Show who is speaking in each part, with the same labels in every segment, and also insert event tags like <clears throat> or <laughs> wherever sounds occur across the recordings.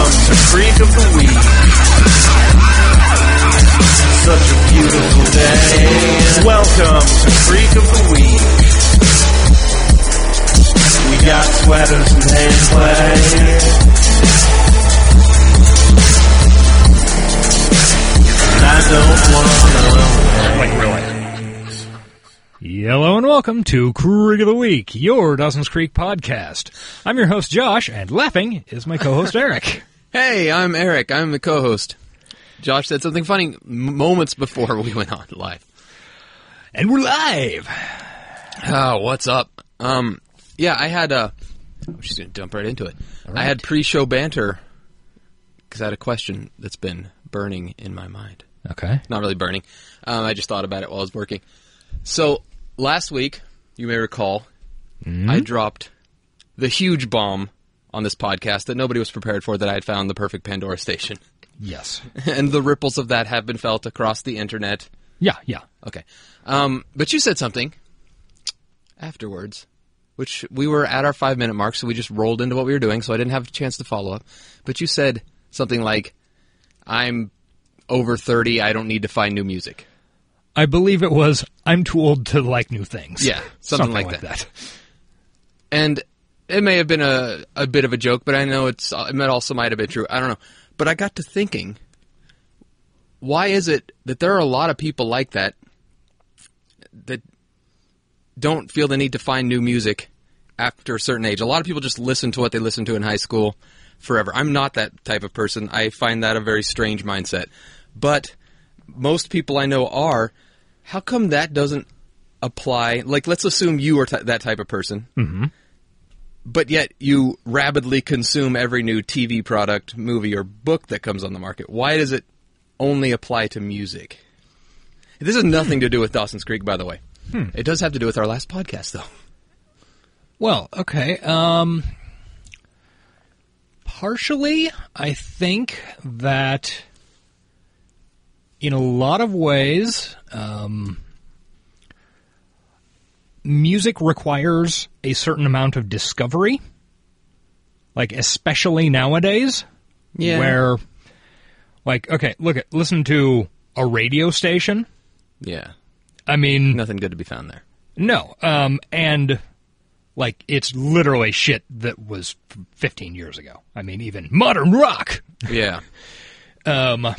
Speaker 1: freak of the week. Such a beautiful day. Welcome to Freak of the Week. We got sweaters and hand play. And I
Speaker 2: Like,
Speaker 1: don't want
Speaker 2: really. Hello and welcome to Creek of the Week, your Dawson's Creek podcast. I'm your host, Josh, and laughing is my <laughs> co-host, Eric.
Speaker 3: Hey, I'm Eric. I'm the co-host. Josh said something funny m- moments before <laughs> we went on live.
Speaker 2: and we're live!
Speaker 3: Oh, what's up? Um, yeah, I had a. I'm just gonna jump right into it. I had pre-show banter because I had a question that's been burning in my mind.
Speaker 2: Okay.
Speaker 3: Not really burning. Um, I just thought about it while I was working. So last week, you may recall, I dropped the huge bomb on this podcast that nobody was prepared for. That I had found the perfect Pandora station.
Speaker 2: Yes.
Speaker 3: <laughs> and the ripples of that have been felt across the internet.
Speaker 2: Yeah, yeah.
Speaker 3: Okay, um, but you said something afterwards, which we were at our five minute mark, so we just rolled into what we were doing, so I didn't have a chance to follow up. But you said something like, "I'm over thirty, I don't need to find new music."
Speaker 2: I believe it was, I'm too old to like new things.
Speaker 3: Yeah, something like
Speaker 2: that.
Speaker 3: and it may have been a, a bit of a joke, but I know it's it might also might have been true. I don't know, but I got to thinking, why is it that there are a lot of people like that that don't feel the need to find new music after a certain age? A lot of people just listen to what they listened to in high school forever. I'm not that type of person. I find that a very strange mindset, but most people I know are. How come that doesn't apply? Like, let's assume you are t- that type of person but yet you rabidly consume every new TV product, movie, or book that comes on the market. Why does it only apply to music? This has nothing to do with Dawson's Creek, by the way. It does have to do with our last podcast, though.
Speaker 2: Well, okay. Um, partially, I think that in a lot of ways, um, music requires a certain amount of discovery. Like, especially nowadays,
Speaker 3: Yeah.
Speaker 2: where, like, okay, look at listen to a radio station.
Speaker 3: Yeah.
Speaker 2: I mean,
Speaker 3: Nothing good to be found there.
Speaker 2: no. Um, and like it's literally shit that was f- 15 years ago. I mean, even modern rock.
Speaker 3: <laughs> Yeah.
Speaker 2: Um,
Speaker 3: <clears throat>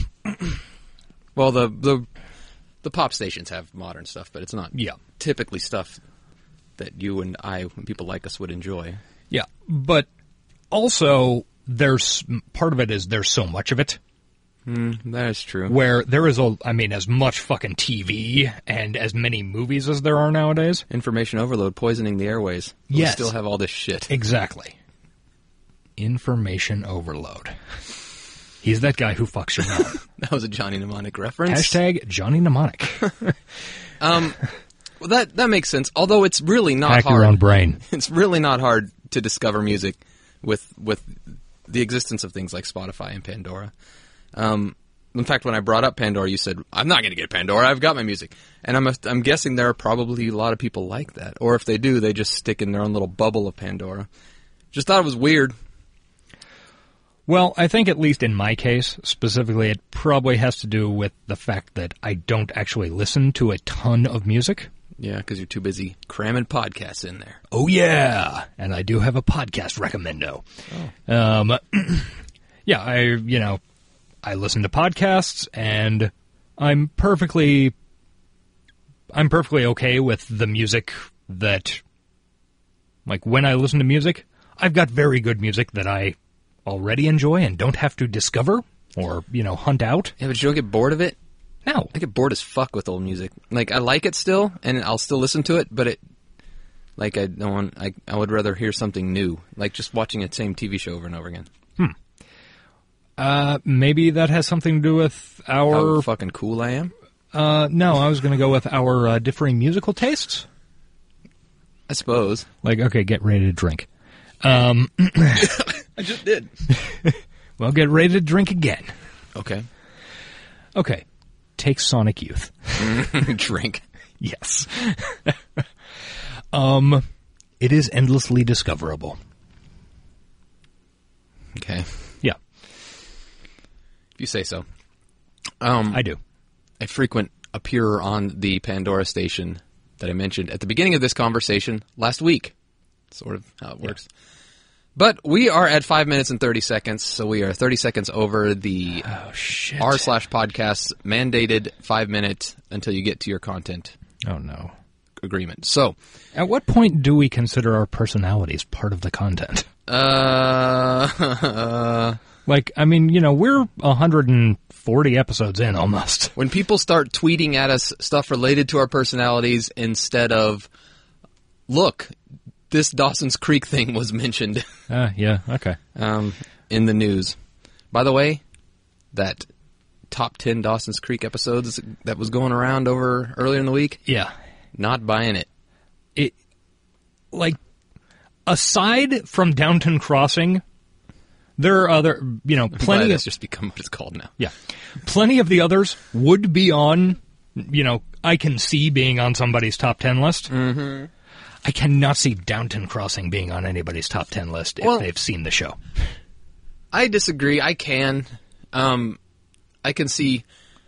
Speaker 3: well, the, the the pop stations have modern stuff, but it's not
Speaker 2: Yeah.
Speaker 3: typically stuff that you and I, when people like us, would enjoy.
Speaker 2: yeah, but also there's part of it is there's so much of it
Speaker 3: That is true.
Speaker 2: where there is a I mean as much fucking TV and as many movies as there are nowadays.
Speaker 3: Information overload poisoning the airways. We
Speaker 2: Yes.
Speaker 3: still have all this shit.
Speaker 2: Exactly. Information overload. He's that guy who fucks your mind.
Speaker 3: That was a Johnny Mnemonic reference. Um,
Speaker 2: Hashtag Johnny Mnemonic.
Speaker 3: Well, that that makes sense. Although it's really not
Speaker 2: Hack
Speaker 3: hard.
Speaker 2: your own brain.
Speaker 3: <laughs> It's really not hard to discover music with with the existence of things like Spotify and Pandora. Um, in fact, when I brought up Pandora, you said, "I'm not going to get Pandora. I've got my music." And I'm I'm guessing there are probably a lot of people like that, or if they do, they just stick in their own little bubble of Pandora. Just thought it was weird.
Speaker 2: Well, I think at least in my case, specifically, it probably has to do with the fact that I don't actually listen to a ton of music.
Speaker 3: Yeah, because you're too busy cramming podcasts in there.
Speaker 2: Oh yeah, and I do have a podcast recommendo. Um, <clears throat> yeah, I you know, I listen to podcasts, and I'm perfectly, I'm perfectly okay with the music that, like when I listen to music, I've got very good music that I already enjoy and don't have to discover or you know hunt out.
Speaker 3: Yeah, but you don't get bored of it.
Speaker 2: No,
Speaker 3: I get bored as fuck with old music. Like I like it still, and I'll still listen to it, but it, like I don't want. I I would rather hear something new. Like just watching the same TV show over and over again.
Speaker 2: uh, maybe that has something to do with
Speaker 3: How
Speaker 2: our.
Speaker 3: fucking cool I am.
Speaker 2: Uh, no, I was going to go with our uh, differing musical tastes.
Speaker 3: I suppose
Speaker 2: Like, okay, get ready to drink.
Speaker 3: I just did.
Speaker 2: Well, get ready to drink again.
Speaker 3: <laughs> Okay, <laughs>
Speaker 2: Okay, take Sonic Youth. <laughs>
Speaker 3: drink.
Speaker 2: Yes. <laughs> um, it is endlessly discoverable.
Speaker 3: Okay,
Speaker 2: Yeah.
Speaker 3: you say so. Um,
Speaker 2: I do.
Speaker 3: a frequent appearer on the Pandora station that I mentioned at the beginning of this conversation last week. Sort of how it works. But we are at five minutes and thirty seconds, so we are thirty seconds over the
Speaker 2: Oh shit.
Speaker 3: r slash podcasts mandated five minute until you get to your content
Speaker 2: oh no.
Speaker 3: agreement. So,
Speaker 2: At what point do we consider our personalities part of the content? <laughs>
Speaker 3: uh, <laughs>
Speaker 2: Like, I mean, you know, we're 140 episodes in almost.
Speaker 3: when people start tweeting at us stuff related to our personalities instead of, look, this Dawson's Creek thing was mentioned. <laughs>
Speaker 2: Uh, yeah, okay.
Speaker 3: um, in the news. By the way, that top 10 Dawson's Creek episodes that was going around over earlier in the week,
Speaker 2: Yeah.
Speaker 3: not buying it.
Speaker 2: It, like, aside from Downton Crossing, there are other, you know,
Speaker 3: Glad
Speaker 2: plenty of,
Speaker 3: that's just become what it's called now.
Speaker 2: yeah, plenty of the others would be on, you know, I can see being on somebody's top 10 list. Mm-hmm. I cannot see Downton Crossing being on anybody's top 10 list if
Speaker 3: Well-
Speaker 2: they've seen the show.
Speaker 3: I disagree. I can. Um, I can see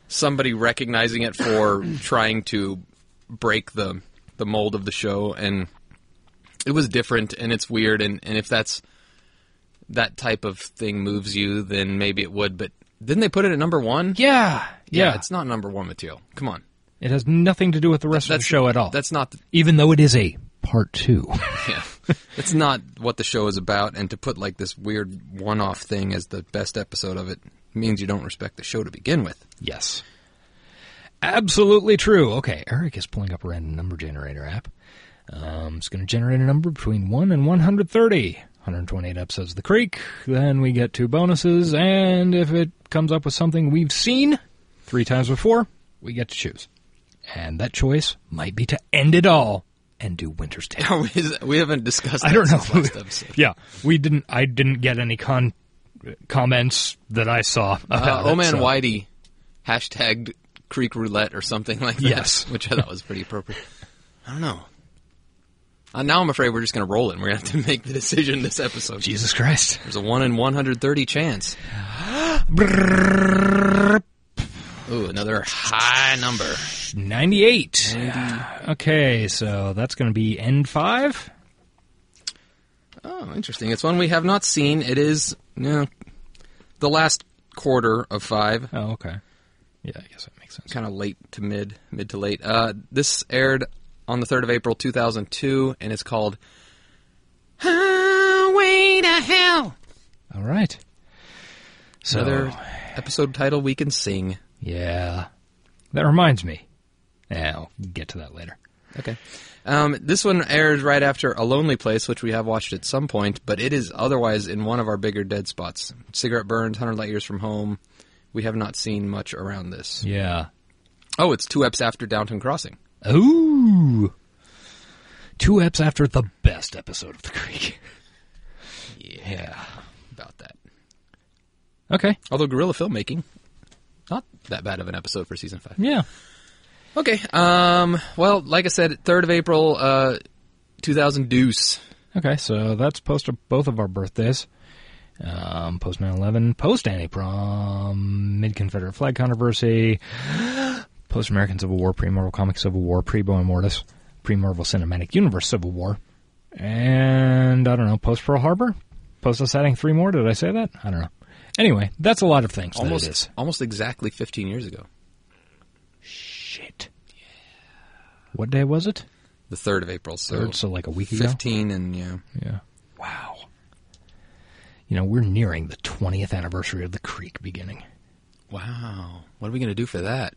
Speaker 3: somebody recognizing it <clears throat> for trying to break the the mold of the show, and it was different, and it's weird, and, and if that's that type of thing moves you, then maybe it would. But didn't they put it at number one?
Speaker 2: Yeah.
Speaker 3: Yeah, it's not number one material. Come on,
Speaker 2: It has nothing to do with the rest of the
Speaker 3: That's-
Speaker 2: show at all.
Speaker 3: That's not. The, <laughs>
Speaker 2: even though it is a part two.
Speaker 3: yeah, that's not what the show is about. And to put like this weird one-off thing as the best episode of it means you don't respect the show to begin with. <laughs>
Speaker 2: yes. Absolutely true. Okay, Eric is pulling up a random number generator app. Um, it's going to generate a number between 1 and 130. 128 episodes of The Creek. Then we get two bonuses, and if it comes up with something we've seen three times before, we get to choose. And that choice might be to end it all and do Winter's Tale.
Speaker 3: How is- we haven't discussed.
Speaker 2: I
Speaker 3: that
Speaker 2: don't know.
Speaker 3: since Oh, last
Speaker 2: <laughs>
Speaker 3: episode.
Speaker 2: yeah, we didn't. I didn't get any con comments that I saw.
Speaker 3: Uh,
Speaker 2: About
Speaker 3: oh
Speaker 2: it,
Speaker 3: man,
Speaker 2: so-
Speaker 3: Whitey hashtagged Creek Roulette or something like that. <laughs>
Speaker 2: Yes.
Speaker 3: which I thought was pretty appropriate. I don't know. Uh, now I'm afraid we're just going to roll it. and We're going to <laughs> have to make the decision this episode.
Speaker 2: Jesus Christ!
Speaker 3: There's a one in 130 chance. Ooh, another high number.
Speaker 2: Ninety-eight. Okay, so that's going to be N five.
Speaker 3: Oh, interesting. It's one we have not seen. It is you know, the last quarter of five,
Speaker 2: Oh, okay. Yeah, I guess that makes sense.
Speaker 3: kind of late to mid, mid to late. Uh, this aired on the 3rd of April 2002, and it's called <gasps> Highway to Hell.
Speaker 2: All right. So
Speaker 3: Another episode title we can sing.
Speaker 2: yeah, that reminds me. Yeah, I'll get to that later.
Speaker 3: Okay. Um, this one aired right after A Lonely Place, which we have watched at some point, but it is otherwise in one of our bigger dead spots. Cigarette Burns, 100 Light Years from Home. We have not seen much around this.
Speaker 2: Yeah.
Speaker 3: Oh, it's two eps after Downton Crossing.
Speaker 2: Ooh. Two eps after the best episode of The <laughs> Creek.
Speaker 3: Yeah. About that.
Speaker 2: Okay.
Speaker 3: Although guerrilla filmmaking, not that bad of an episode for season five.
Speaker 2: Yeah.
Speaker 3: Okay. Um. Well, like I said, 3rd of April, uh, 2000 Deuce.
Speaker 2: Okay, so that's post both of our birthdays. Um, post 9 11, post anti prom, mid Confederate flag controversy, post American Civil War, pre Marvel Comic Civil War, pre Boy Mortis, pre Marvel Cinematic Universe Civil War, and I don't know, post Pearl Harbor, post us adding three more. Did I say that? I don't know. Anyway, that's a lot of things. that it is.
Speaker 3: Almost, almost exactly 15 years ago.
Speaker 2: Shit. What day was it?
Speaker 3: The 3rd of April. So
Speaker 2: Third, so like a week ago.
Speaker 3: 15 and, yeah.
Speaker 2: Yeah. Wow. You know, we're nearing the 20th anniversary of the creek beginning.
Speaker 3: Wow. What are we going to do for that?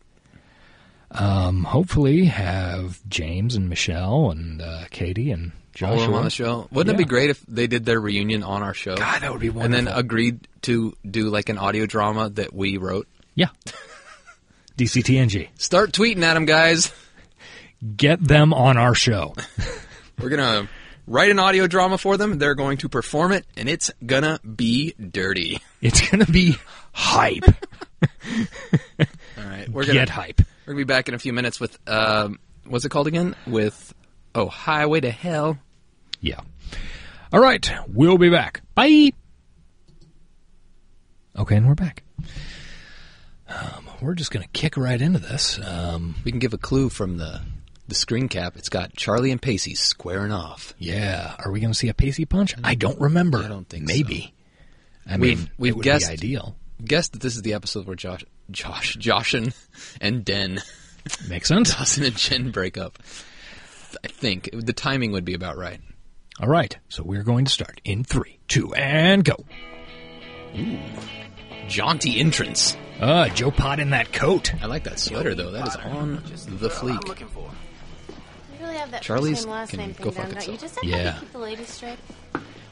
Speaker 2: Um, hopefully, have James and Michelle and uh, Katie and
Speaker 3: All of them on
Speaker 2: Joshua.
Speaker 3: the show. Wouldn't it
Speaker 2: Oh,
Speaker 3: be
Speaker 2: Yeah.
Speaker 3: great if they did their reunion on our show?
Speaker 2: God, that would be
Speaker 3: and
Speaker 2: wonderful.
Speaker 3: then agreed to do like an audio drama that we wrote.
Speaker 2: <laughs> yeah. DCTNG.
Speaker 3: Start tweeting at them, guys.
Speaker 2: Get them on our show.
Speaker 3: We're going to write an audio drama for them. They're going to perform it, and it's going to be dirty.
Speaker 2: It's <laughs> going to be hype.
Speaker 3: All right. We're going
Speaker 2: Get
Speaker 3: to
Speaker 2: hype.
Speaker 3: we're gonna be back in a few minutes with, um, what's it called again? With, oh, Highway to Hell.
Speaker 2: Yeah. All right. We'll be back. Bye. Okay, and we're back. We're just going to kick right into this. Um,
Speaker 3: We can give a clue from the the screen cap. It's got Charlie and Pacey squaring off.
Speaker 2: yeah. Are we going to see a Pacey punch? Mm. I don't remember.
Speaker 3: I don't think
Speaker 2: Maybe. I mean,
Speaker 3: We've- we've
Speaker 2: it would
Speaker 3: guessed-
Speaker 2: be ideal.
Speaker 3: Guess that this is the episode where Josh, Josh, Joshin, and Den,
Speaker 2: Makes sense.
Speaker 3: Dawson and Jen break up. I think the timing would be about right.
Speaker 2: All right. So we're going to start in three, two, and go.
Speaker 3: Jaunty entrance.
Speaker 2: Uh, Joe Pot in that coat.
Speaker 3: I like that sweater though. That is on the fleek.
Speaker 4: You really have that
Speaker 3: Charlie's
Speaker 4: first name last
Speaker 3: can
Speaker 4: name
Speaker 3: go
Speaker 4: thing
Speaker 3: fuck
Speaker 4: down, don't you?
Speaker 3: itself.
Speaker 4: Just have
Speaker 2: Yeah.
Speaker 4: to keep the ladies straight.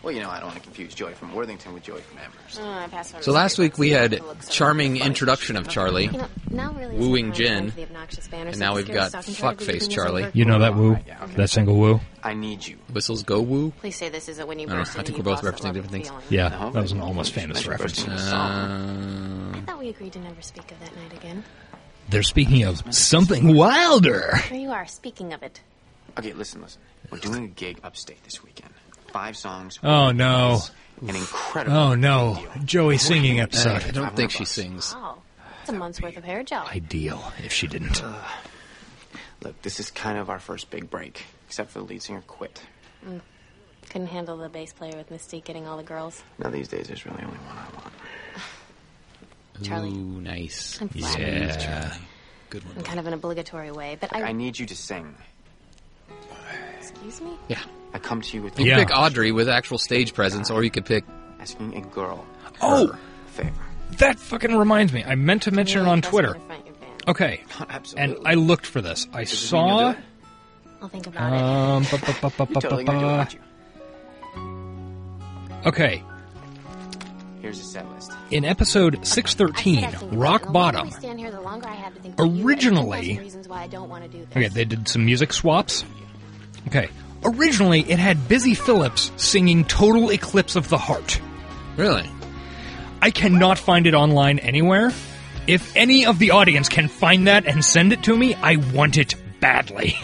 Speaker 5: Well, you know, I don't want to confuse Joy from Worthington with Joy from Amherst.
Speaker 4: Oh, I passed one
Speaker 3: So
Speaker 4: of
Speaker 3: last
Speaker 4: these
Speaker 3: week we
Speaker 4: papers.
Speaker 3: had
Speaker 4: It looks so
Speaker 3: charming
Speaker 4: funny.
Speaker 3: introduction of Charlie.
Speaker 4: You know, now really
Speaker 3: wooing
Speaker 4: isn't the
Speaker 3: Jen,
Speaker 4: time to find the obnoxious banners
Speaker 3: and
Speaker 4: that
Speaker 3: now
Speaker 4: the
Speaker 3: we've
Speaker 4: scare
Speaker 3: got
Speaker 4: stock and try to
Speaker 3: fuckface
Speaker 4: leave me as
Speaker 3: Charlie.
Speaker 4: overt
Speaker 2: You know that
Speaker 4: criminal.
Speaker 2: woo? That single woo?
Speaker 5: I need you.
Speaker 3: Whistles go woo.
Speaker 4: Please say this isn't when you
Speaker 3: don't know.
Speaker 4: burst
Speaker 3: I
Speaker 4: into
Speaker 3: think
Speaker 4: your
Speaker 3: we're both
Speaker 4: boss at
Speaker 3: referencing
Speaker 4: Love
Speaker 3: different
Speaker 4: and Feeling.
Speaker 2: Yeah,
Speaker 5: No,
Speaker 2: that was an
Speaker 5: I-
Speaker 2: almost famous
Speaker 5: I-
Speaker 2: reference.
Speaker 5: I-
Speaker 3: Uh,
Speaker 4: I thought we agreed to never speak of that night again.
Speaker 2: They're speaking of something wilder.
Speaker 4: Here you are, speaking of it.
Speaker 5: Okay, listen, listen. We're doing a gig upstate this weekend. Five songs.
Speaker 2: Oh, no.
Speaker 5: An incredible.
Speaker 2: Oh, no.
Speaker 5: deal.
Speaker 2: Joey
Speaker 5: We're
Speaker 2: singing
Speaker 5: gonna
Speaker 2: episode.
Speaker 5: make it
Speaker 3: I don't think she
Speaker 5: $500.
Speaker 3: sings.
Speaker 4: Oh, it's a month's worth of hair gel.
Speaker 2: Ideal if she didn't.
Speaker 5: Look, this is kind of our first big break, except for the lead singer quit.
Speaker 4: Couldn't handle the bass player with Mystique getting all the girls.
Speaker 5: Now these days, there's really only one I want.
Speaker 4: Charlie.
Speaker 3: Ooh, nice.
Speaker 4: I'm flattered.
Speaker 2: Yeah.
Speaker 3: Good
Speaker 4: In
Speaker 3: one.
Speaker 4: kind of an obligatory way, but I,
Speaker 5: I need you to sing.
Speaker 4: excuse me.
Speaker 3: Yeah.
Speaker 5: I come to you with
Speaker 3: You
Speaker 2: Yeah.
Speaker 3: could pick Audrey with actual stage presence, or you could pick.
Speaker 5: asking a girl
Speaker 2: Oh,
Speaker 5: a favor. <laughs>
Speaker 2: that fucking reminds me. I meant to mention it
Speaker 4: Really
Speaker 2: on
Speaker 4: trust me
Speaker 2: Twitter.
Speaker 4: to front your band.
Speaker 2: Okay. And
Speaker 5: Absolutely.
Speaker 2: I looked for this. I
Speaker 5: Does it mean you'll
Speaker 2: saw.
Speaker 5: do it?
Speaker 4: I'll think about it.
Speaker 3: Uh,
Speaker 2: Um, ba- ba- ba- ba-
Speaker 5: You're totally
Speaker 2: ba-
Speaker 5: gonna do it, aren't you?
Speaker 2: Okay.
Speaker 5: Here's the set list.
Speaker 2: In episode
Speaker 4: I said I
Speaker 2: 613,
Speaker 4: think about
Speaker 2: Rock
Speaker 4: it, and the longer
Speaker 2: Bottom.
Speaker 4: we stand here, the longer I have to think about you, and
Speaker 2: Originally-
Speaker 4: 10,000 reasons why I don't want to do this.
Speaker 2: Okay, they did some music swaps. Okay. Originally, it had Busy Phillips singing Total Eclipse of the Heart.
Speaker 3: Really?
Speaker 2: I cannot find it online anywhere. If any of the audience can find that and send it to me, I want it badly.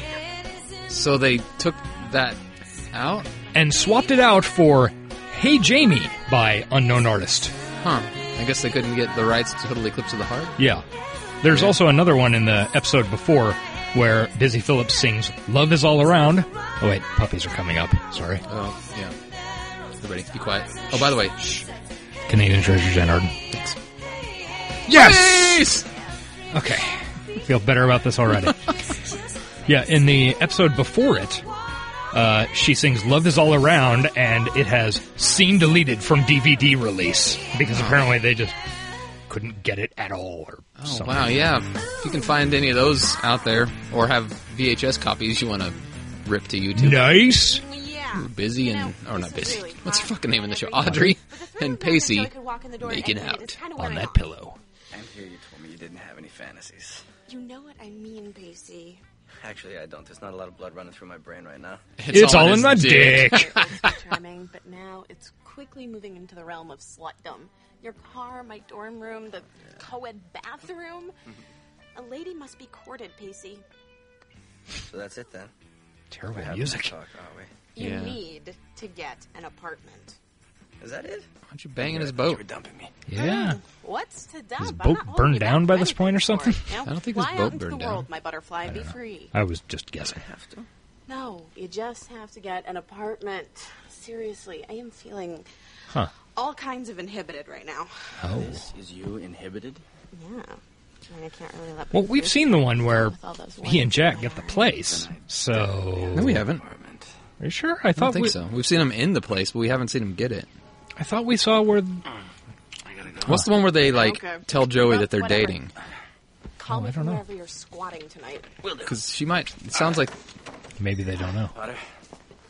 Speaker 3: So they took that out?
Speaker 2: And swapped it out for Hey Jamie by Unknown Artist.
Speaker 3: Huh. I guess they couldn't get the rights to Total Eclipse of the Heart?
Speaker 2: Yeah. There's also another one in the episode before where Busy Phillips sings Love is All Around. Oh, wait, puppies are coming up. Sorry.
Speaker 3: Oh, yeah. Everybody, be quiet. Oh, by the way, shh.
Speaker 2: Canadian Treasures Entered. Yes! Okay. I feel better about this already.
Speaker 3: <laughs>
Speaker 2: yeah, in the episode before it, uh, she sings Love is All Around and it has scene deleted from DVD release because apparently they just couldn't get it at all or
Speaker 3: Oh,
Speaker 2: something.
Speaker 3: wow, yeah. If you can find any of those out there, or have VHS copies you want to rip to YouTube.
Speaker 2: Nice!
Speaker 6: Yeah.
Speaker 3: Busy and. Or not busy. What's her fucking name in the show?
Speaker 6: <laughs>
Speaker 3: Audrey and Pacey making out
Speaker 2: On that pillow.
Speaker 7: I hear you told me you didn't have any fantasies.
Speaker 6: You know what I mean, Pacey.
Speaker 7: Actually, I don't. There's not a lot of blood running through my brain right now.
Speaker 2: It's, all, in
Speaker 3: his
Speaker 2: my dick.
Speaker 6: It was charming, but now it's quickly moving into the realm of slutdom. Your car, my dorm room, the co-ed bathroom. A lady must be courted, Pacey.
Speaker 7: So that's it then.
Speaker 2: Terrible
Speaker 7: Having
Speaker 2: music.
Speaker 7: Talk, are we?
Speaker 6: You
Speaker 3: Yeah.
Speaker 6: need to get an apartment.
Speaker 7: Is that it?
Speaker 3: Why don't you bang in his
Speaker 7: You
Speaker 3: boat?
Speaker 7: were dumping me.
Speaker 2: Yeah.
Speaker 6: What's to dump? I'm
Speaker 2: boat
Speaker 6: not holding
Speaker 2: burned
Speaker 6: you
Speaker 2: down by
Speaker 6: back for
Speaker 2: this point or
Speaker 6: anything
Speaker 2: something?
Speaker 6: anymore.
Speaker 3: I don't think
Speaker 6: Now,
Speaker 3: his
Speaker 6: fly
Speaker 3: boat
Speaker 6: out into
Speaker 3: burned
Speaker 6: the
Speaker 3: down.
Speaker 6: world, my butterfly. Be free.
Speaker 2: I was just guessing.
Speaker 7: Have to.
Speaker 6: No, you just have to get an apartment. Seriously, I am feeling
Speaker 2: Huh.
Speaker 6: all kinds of inhibited right now.
Speaker 2: Oh.
Speaker 7: This is you inhibited.
Speaker 6: Yeah. I mean, I can't really let
Speaker 2: Well,
Speaker 6: my
Speaker 2: we've
Speaker 6: food
Speaker 2: seen the one
Speaker 6: go
Speaker 2: where
Speaker 6: with all those
Speaker 2: he and
Speaker 6: ones
Speaker 2: Jack
Speaker 6: in
Speaker 2: get
Speaker 6: my
Speaker 2: the
Speaker 6: eye.
Speaker 2: place. So.
Speaker 3: No, we haven't.
Speaker 7: Apartment.
Speaker 2: Are you sure?
Speaker 3: I
Speaker 2: I
Speaker 3: don't
Speaker 2: thought
Speaker 3: think
Speaker 2: we,
Speaker 3: so. We've seen him in the place, but we haven't seen him get it.
Speaker 2: I thought we saw where.
Speaker 7: I gotta go.
Speaker 3: What's the one where they like
Speaker 6: Okay.
Speaker 3: tell Joey
Speaker 6: Well,
Speaker 3: that they're
Speaker 6: whatever.
Speaker 3: dating?
Speaker 6: Call
Speaker 2: Oh, I
Speaker 6: me
Speaker 2: don't
Speaker 6: from
Speaker 2: know.
Speaker 6: wherever you're squatting tonight.
Speaker 3: Because she might. It sounds like
Speaker 2: Maybe they don't know.
Speaker 7: Potter?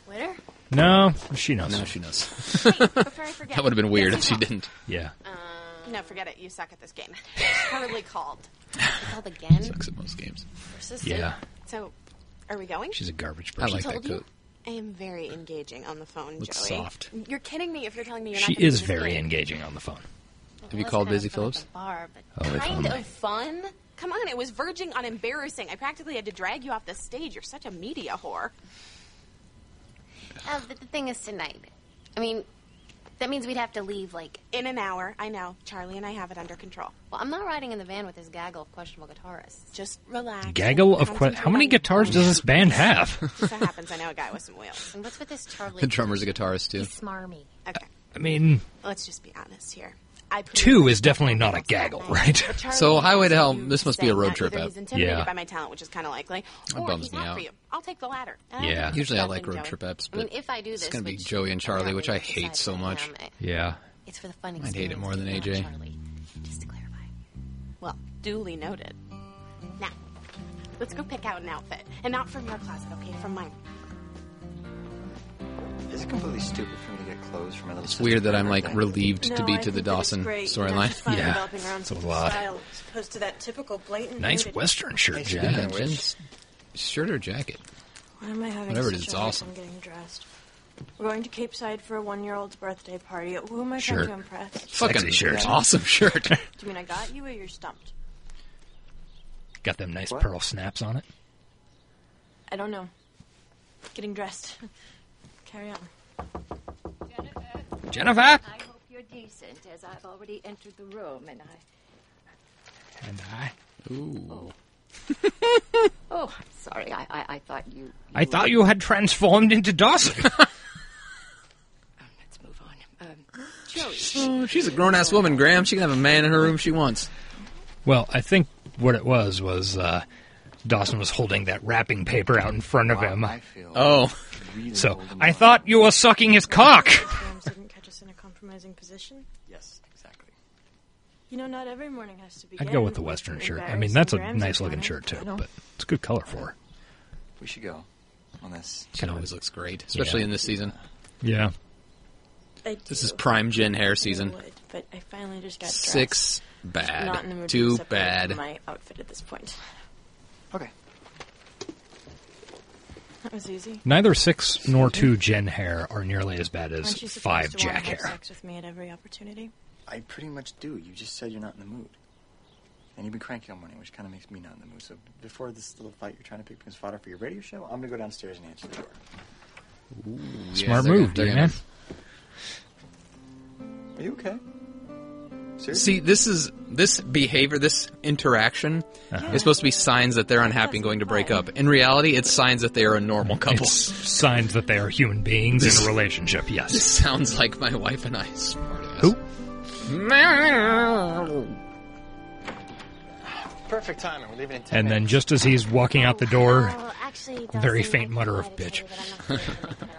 Speaker 4: Waiter?
Speaker 2: No, she knows.
Speaker 3: no, she knows. <laughs>
Speaker 4: Before I forget.
Speaker 3: That would have been weird if she didn't.
Speaker 2: Yeah.
Speaker 6: Um, No, forget it. You suck at this game. It's
Speaker 2: <laughs>
Speaker 6: Hardly called.
Speaker 4: Called again.
Speaker 3: Sucks at most games.
Speaker 4: Persistent.
Speaker 2: Yeah.
Speaker 6: So, are we going?
Speaker 2: She's a garbage
Speaker 3: I
Speaker 2: person.
Speaker 3: like that
Speaker 4: told you?
Speaker 3: coat.
Speaker 6: I am very engaging on the phone,
Speaker 3: Looks
Speaker 6: Joey.
Speaker 3: soft.
Speaker 6: You're kidding me if you're telling me you're
Speaker 2: she
Speaker 6: not gonna
Speaker 2: is
Speaker 6: do this
Speaker 2: very
Speaker 6: game.
Speaker 2: engaging on the phone.
Speaker 4: Have
Speaker 3: you called Busy Phillips?
Speaker 4: Bar, but
Speaker 2: Oh, they
Speaker 6: Kind
Speaker 2: found me.
Speaker 6: of fun. Come on, it was verging on embarrassing. I practically had to drag you off the stage. You're such a media whore.
Speaker 4: Oh, Uh, but the thing is tonight. I mean, That means we'd have to leave, like,
Speaker 6: In an hour, I know. Charlie and I have it under control.
Speaker 4: well, I'm not riding in the van with this gaggle of questionable guitarists.
Speaker 6: Just relax.
Speaker 2: Gaggle of que-
Speaker 6: Concentrate
Speaker 2: how many
Speaker 6: on your-
Speaker 2: guitars does this band have?
Speaker 6: Just so happens I know a guy with some wheels.
Speaker 4: And what's with this Charlie?
Speaker 3: The <laughs> drummer's a guitarist too.
Speaker 4: He's smarmy.
Speaker 6: Okay,
Speaker 2: I mean,
Speaker 6: let's just be honest here. I put
Speaker 2: two
Speaker 6: in-
Speaker 2: is definitely not a gaggle, right?
Speaker 6: But Charlie
Speaker 3: So,
Speaker 6: wants
Speaker 3: Highway to Hell,
Speaker 6: you
Speaker 3: this must be a
Speaker 6: say
Speaker 3: road
Speaker 6: that
Speaker 3: trip
Speaker 6: either
Speaker 3: app.
Speaker 6: He's intimidated
Speaker 2: Yeah.
Speaker 6: by my talent, which is kind of likely. Or
Speaker 3: bums
Speaker 6: he's
Speaker 3: me
Speaker 6: not
Speaker 3: out.
Speaker 6: for you. I'll take the latter. And I
Speaker 2: Yeah.
Speaker 6: think
Speaker 3: Usually I
Speaker 6: that's
Speaker 3: like
Speaker 6: been
Speaker 3: road
Speaker 6: Joey.
Speaker 3: trip apps,
Speaker 4: I mean,
Speaker 3: but
Speaker 4: if I do this,
Speaker 3: it's gonna be
Speaker 4: which
Speaker 3: Joey and
Speaker 4: I'm
Speaker 3: Charlie,
Speaker 4: not
Speaker 3: which
Speaker 4: really
Speaker 3: I hate
Speaker 4: decided
Speaker 3: so
Speaker 4: I
Speaker 3: much.
Speaker 4: am, I-
Speaker 2: Yeah.
Speaker 4: It's for the fun.
Speaker 3: Might hate it
Speaker 4: experience,
Speaker 3: more than
Speaker 4: not
Speaker 3: AJ.
Speaker 4: Charlie. Just to clarify.
Speaker 6: Well, duly noted. Now, let's go pick out an outfit, and not from your closet, okay? From mine.
Speaker 7: Is it completely stupid for me to get clothes from another?
Speaker 3: It's weird that I'm like
Speaker 7: really.
Speaker 3: relieved to
Speaker 8: No,
Speaker 3: be
Speaker 8: I
Speaker 3: to the
Speaker 8: think that it's
Speaker 3: Dawson
Speaker 8: great.
Speaker 3: storyline.
Speaker 8: Dr. Fine
Speaker 2: Yeah,
Speaker 8: developing her own
Speaker 2: it's a
Speaker 8: sense of
Speaker 2: lot.
Speaker 8: Style, as opposed to that typical blatant.
Speaker 2: Nice
Speaker 8: nudity.
Speaker 2: Western
Speaker 3: <laughs>
Speaker 2: shirt,
Speaker 3: Yeah,
Speaker 2: Jack.
Speaker 3: Jen's shirt or jacket?
Speaker 8: Why am I having
Speaker 3: Whatever it
Speaker 8: such
Speaker 3: is,
Speaker 8: a
Speaker 3: it's
Speaker 8: hard
Speaker 3: awesome.
Speaker 8: time getting dressed? We're going to Cape Side for a one-year-old's birthday party. Who am I
Speaker 2: Sure.
Speaker 8: trying to impress?
Speaker 2: Sexy
Speaker 3: Fucking <laughs>
Speaker 2: shirt.
Speaker 3: Awesome
Speaker 2: <laughs>
Speaker 3: shirt.
Speaker 8: Do you mean I got you, or you're stumped?
Speaker 2: Got them nice
Speaker 7: What?
Speaker 2: pearl snaps on it.
Speaker 8: I don't know. Getting dressed. <laughs> Carry on.
Speaker 2: Jennifer!
Speaker 9: I hope you're decent, as I've already entered the room, and I.
Speaker 2: And I.
Speaker 3: Ooh.
Speaker 9: <laughs> Oh, I'm sorry. I, I, I thought you.
Speaker 2: I thought you had transformed into Dawson. <laughs>
Speaker 9: Um, let's move on. Um, Joey.
Speaker 3: Oh, She's a grown ass woman, Graham. She can have a man in her room she wants.
Speaker 2: well, I think what it was was uh, Dawson was holding that wrapping paper out in front of him.
Speaker 3: Oh.
Speaker 2: So I thought you were sucking his <laughs> cock.
Speaker 8: Grams didn't catch us in a compromising position.
Speaker 7: Yes, exactly.
Speaker 8: You know, not every morning has to be.
Speaker 2: I'd go with the Western shirt. I mean, that's a nice looking shirt too, but it's a good color for her.
Speaker 7: We should go on this.
Speaker 3: Ken always looks great, especially
Speaker 2: Yeah.
Speaker 3: in this season.
Speaker 2: Yeah.
Speaker 3: This is prime Jen hair season.
Speaker 8: Would, but I finally just got dressed.
Speaker 3: Six
Speaker 8: Not in
Speaker 3: bad.
Speaker 8: the mood
Speaker 3: Too
Speaker 8: to separate
Speaker 3: bad.
Speaker 8: My outfit at this point.
Speaker 7: Okay.
Speaker 8: That was easy.
Speaker 2: Neither six nor two Jen hair are nearly as bad as
Speaker 8: Aren't you supposed
Speaker 2: five
Speaker 8: to
Speaker 2: Jack
Speaker 8: want to have
Speaker 2: hair.
Speaker 8: sex with me at every opportunity?
Speaker 7: I pretty much do. You just said you're not in the mood. And you've been cranky all morning, which kind of makes me not in the mood. So before this little fight you're trying to pick because fodder for your radio show, I'm going to go downstairs and answer the door.
Speaker 2: Smart
Speaker 3: Yeah, they're
Speaker 2: move,
Speaker 3: gonna-
Speaker 2: dude,
Speaker 3: they're
Speaker 2: man.
Speaker 3: gonna-
Speaker 7: Are you okay? Seriously?
Speaker 3: See, this is this behavior, this interaction
Speaker 2: Uh-huh.
Speaker 3: is supposed to be signs that they're unhappy and going to break up. In reality, it's signs that they are a normal couple.
Speaker 2: It's signs that they are human beings in a relationship.
Speaker 3: This
Speaker 2: Yes.
Speaker 3: sounds like my wife and I. Smartass.
Speaker 2: Who?
Speaker 7: Perfect timing. We're leaving in 10
Speaker 2: And then
Speaker 7: minutes.
Speaker 2: just as he's walking out the door,
Speaker 4: Well, actually,
Speaker 2: Very
Speaker 4: Dawson,
Speaker 2: faint
Speaker 4: I'm
Speaker 2: mutter
Speaker 4: glad
Speaker 2: of
Speaker 4: to
Speaker 2: bitch.
Speaker 4: tell you that I'm not feeling it at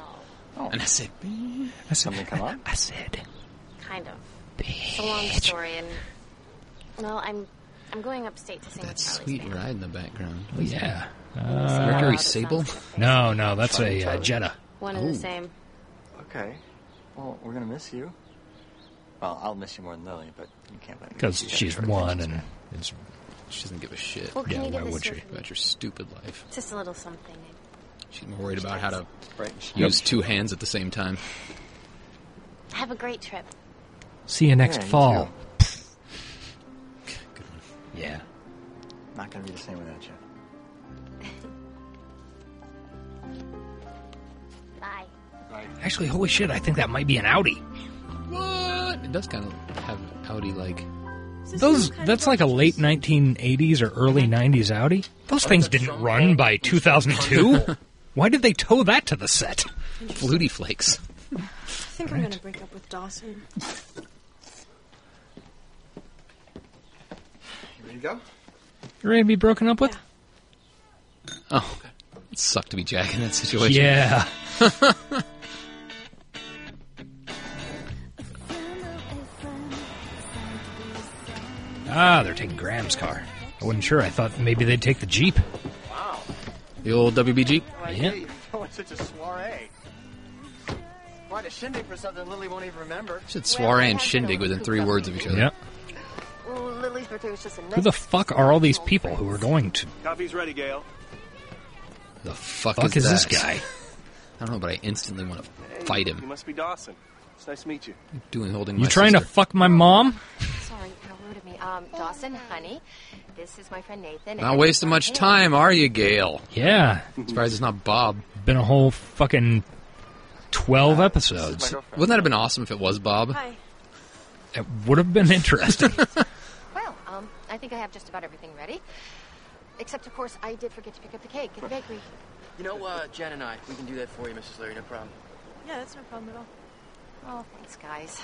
Speaker 4: all.
Speaker 3: And I said,
Speaker 2: I said,
Speaker 7: Something come up?
Speaker 2: I said,
Speaker 4: Kind of. It's a long story, and well, I'm I'm going upstate to sing
Speaker 3: that
Speaker 4: with Charlie's
Speaker 3: sweet
Speaker 4: band.
Speaker 3: ride in the background.
Speaker 2: oh, yeah.
Speaker 3: Mercury
Speaker 4: Wow, that sounds
Speaker 3: Sable?
Speaker 4: like
Speaker 2: No, no, that's a uh, Jetta.
Speaker 4: One and the same.
Speaker 7: <laughs> Okay. Well, we're going to miss you. Well, I'll miss you more than Lily, but you can't let me.
Speaker 2: Because
Speaker 7: You gotta
Speaker 2: she's
Speaker 7: try to
Speaker 2: one
Speaker 7: fix
Speaker 2: and
Speaker 7: that.
Speaker 2: it's
Speaker 3: She doesn't give a shit
Speaker 4: Well, can
Speaker 2: Yeah,
Speaker 4: you
Speaker 2: why
Speaker 4: give this
Speaker 2: would
Speaker 4: to
Speaker 2: she?
Speaker 4: her for me?
Speaker 3: about your stupid life.
Speaker 4: Just a little something.
Speaker 3: She's more worried about how to
Speaker 7: Right.
Speaker 3: use two hands at the same time.
Speaker 4: Have a great trip.
Speaker 2: see you next
Speaker 7: Yeah, you
Speaker 2: fall.
Speaker 7: too.
Speaker 3: Good one.
Speaker 2: Yeah.
Speaker 7: Not going to be the same without you.
Speaker 4: Bye.
Speaker 2: Actually, holy shit, I think that might be an Audi.
Speaker 3: What? It does kind of have Audi like.
Speaker 2: Those that's like a late 1980s or early 90s Audi. Those things didn't run by <laughs> 2002. Why did they tow that to the set?
Speaker 3: Fluty flakes.
Speaker 8: I think I'm going to break up with Dawson.
Speaker 7: You ready to go?
Speaker 2: You ready to be broken up with?
Speaker 8: Yeah.
Speaker 3: Oh, it sucked to be Jack in that
Speaker 2: Yeah.
Speaker 3: situation. <laughs>
Speaker 2: ah, they're taking Graham's car. I wasn't sure. I thought maybe they'd take the Jeep.
Speaker 3: The old WBG.
Speaker 2: Yeah.
Speaker 1: <laughs>
Speaker 7: Hey, oh, it's such a soiree. Quite a shindig for something Lily won't even remember.
Speaker 3: Said soiree and shindig within three words of each other.
Speaker 2: Yeah.
Speaker 9: Well, Lily's birthday was just a
Speaker 2: Who the fuck are all these people who are going to?
Speaker 1: Coffee's ready, Gail.
Speaker 3: The fuck,
Speaker 2: Fuck is this
Speaker 3: that?
Speaker 2: guy?
Speaker 3: I don't know, but I instantly want to fight
Speaker 1: You
Speaker 3: him.
Speaker 1: must be Dawson. It's nice to meet you.
Speaker 3: Doing holding.
Speaker 2: You
Speaker 3: my
Speaker 2: trying to
Speaker 3: sister.
Speaker 2: fuck my mom?
Speaker 9: Sorry, how rude of me. Um, Dawson, honey, this is my friend Nathan.
Speaker 3: Not
Speaker 9: and-
Speaker 3: wasting much time, are you, Gail?
Speaker 2: Yeah.
Speaker 3: Surprised it's not Bob.
Speaker 2: Been a whole fucking 12
Speaker 7: This is my
Speaker 2: episodes.
Speaker 7: girlfriend.
Speaker 3: Wouldn't that have been awesome if it was Bob?
Speaker 8: Hi.
Speaker 2: It would have
Speaker 3: <laughs>
Speaker 2: been interesting.
Speaker 9: Well, um, I think I have just about everything ready. Except, of course, I did forget to pick up the cake at the bakery.
Speaker 10: You know, uh, Jen and I, we can do that for you, Mrs. Leary, no problem.
Speaker 8: Yeah, that's no problem at all.
Speaker 9: Oh, thanks, guys.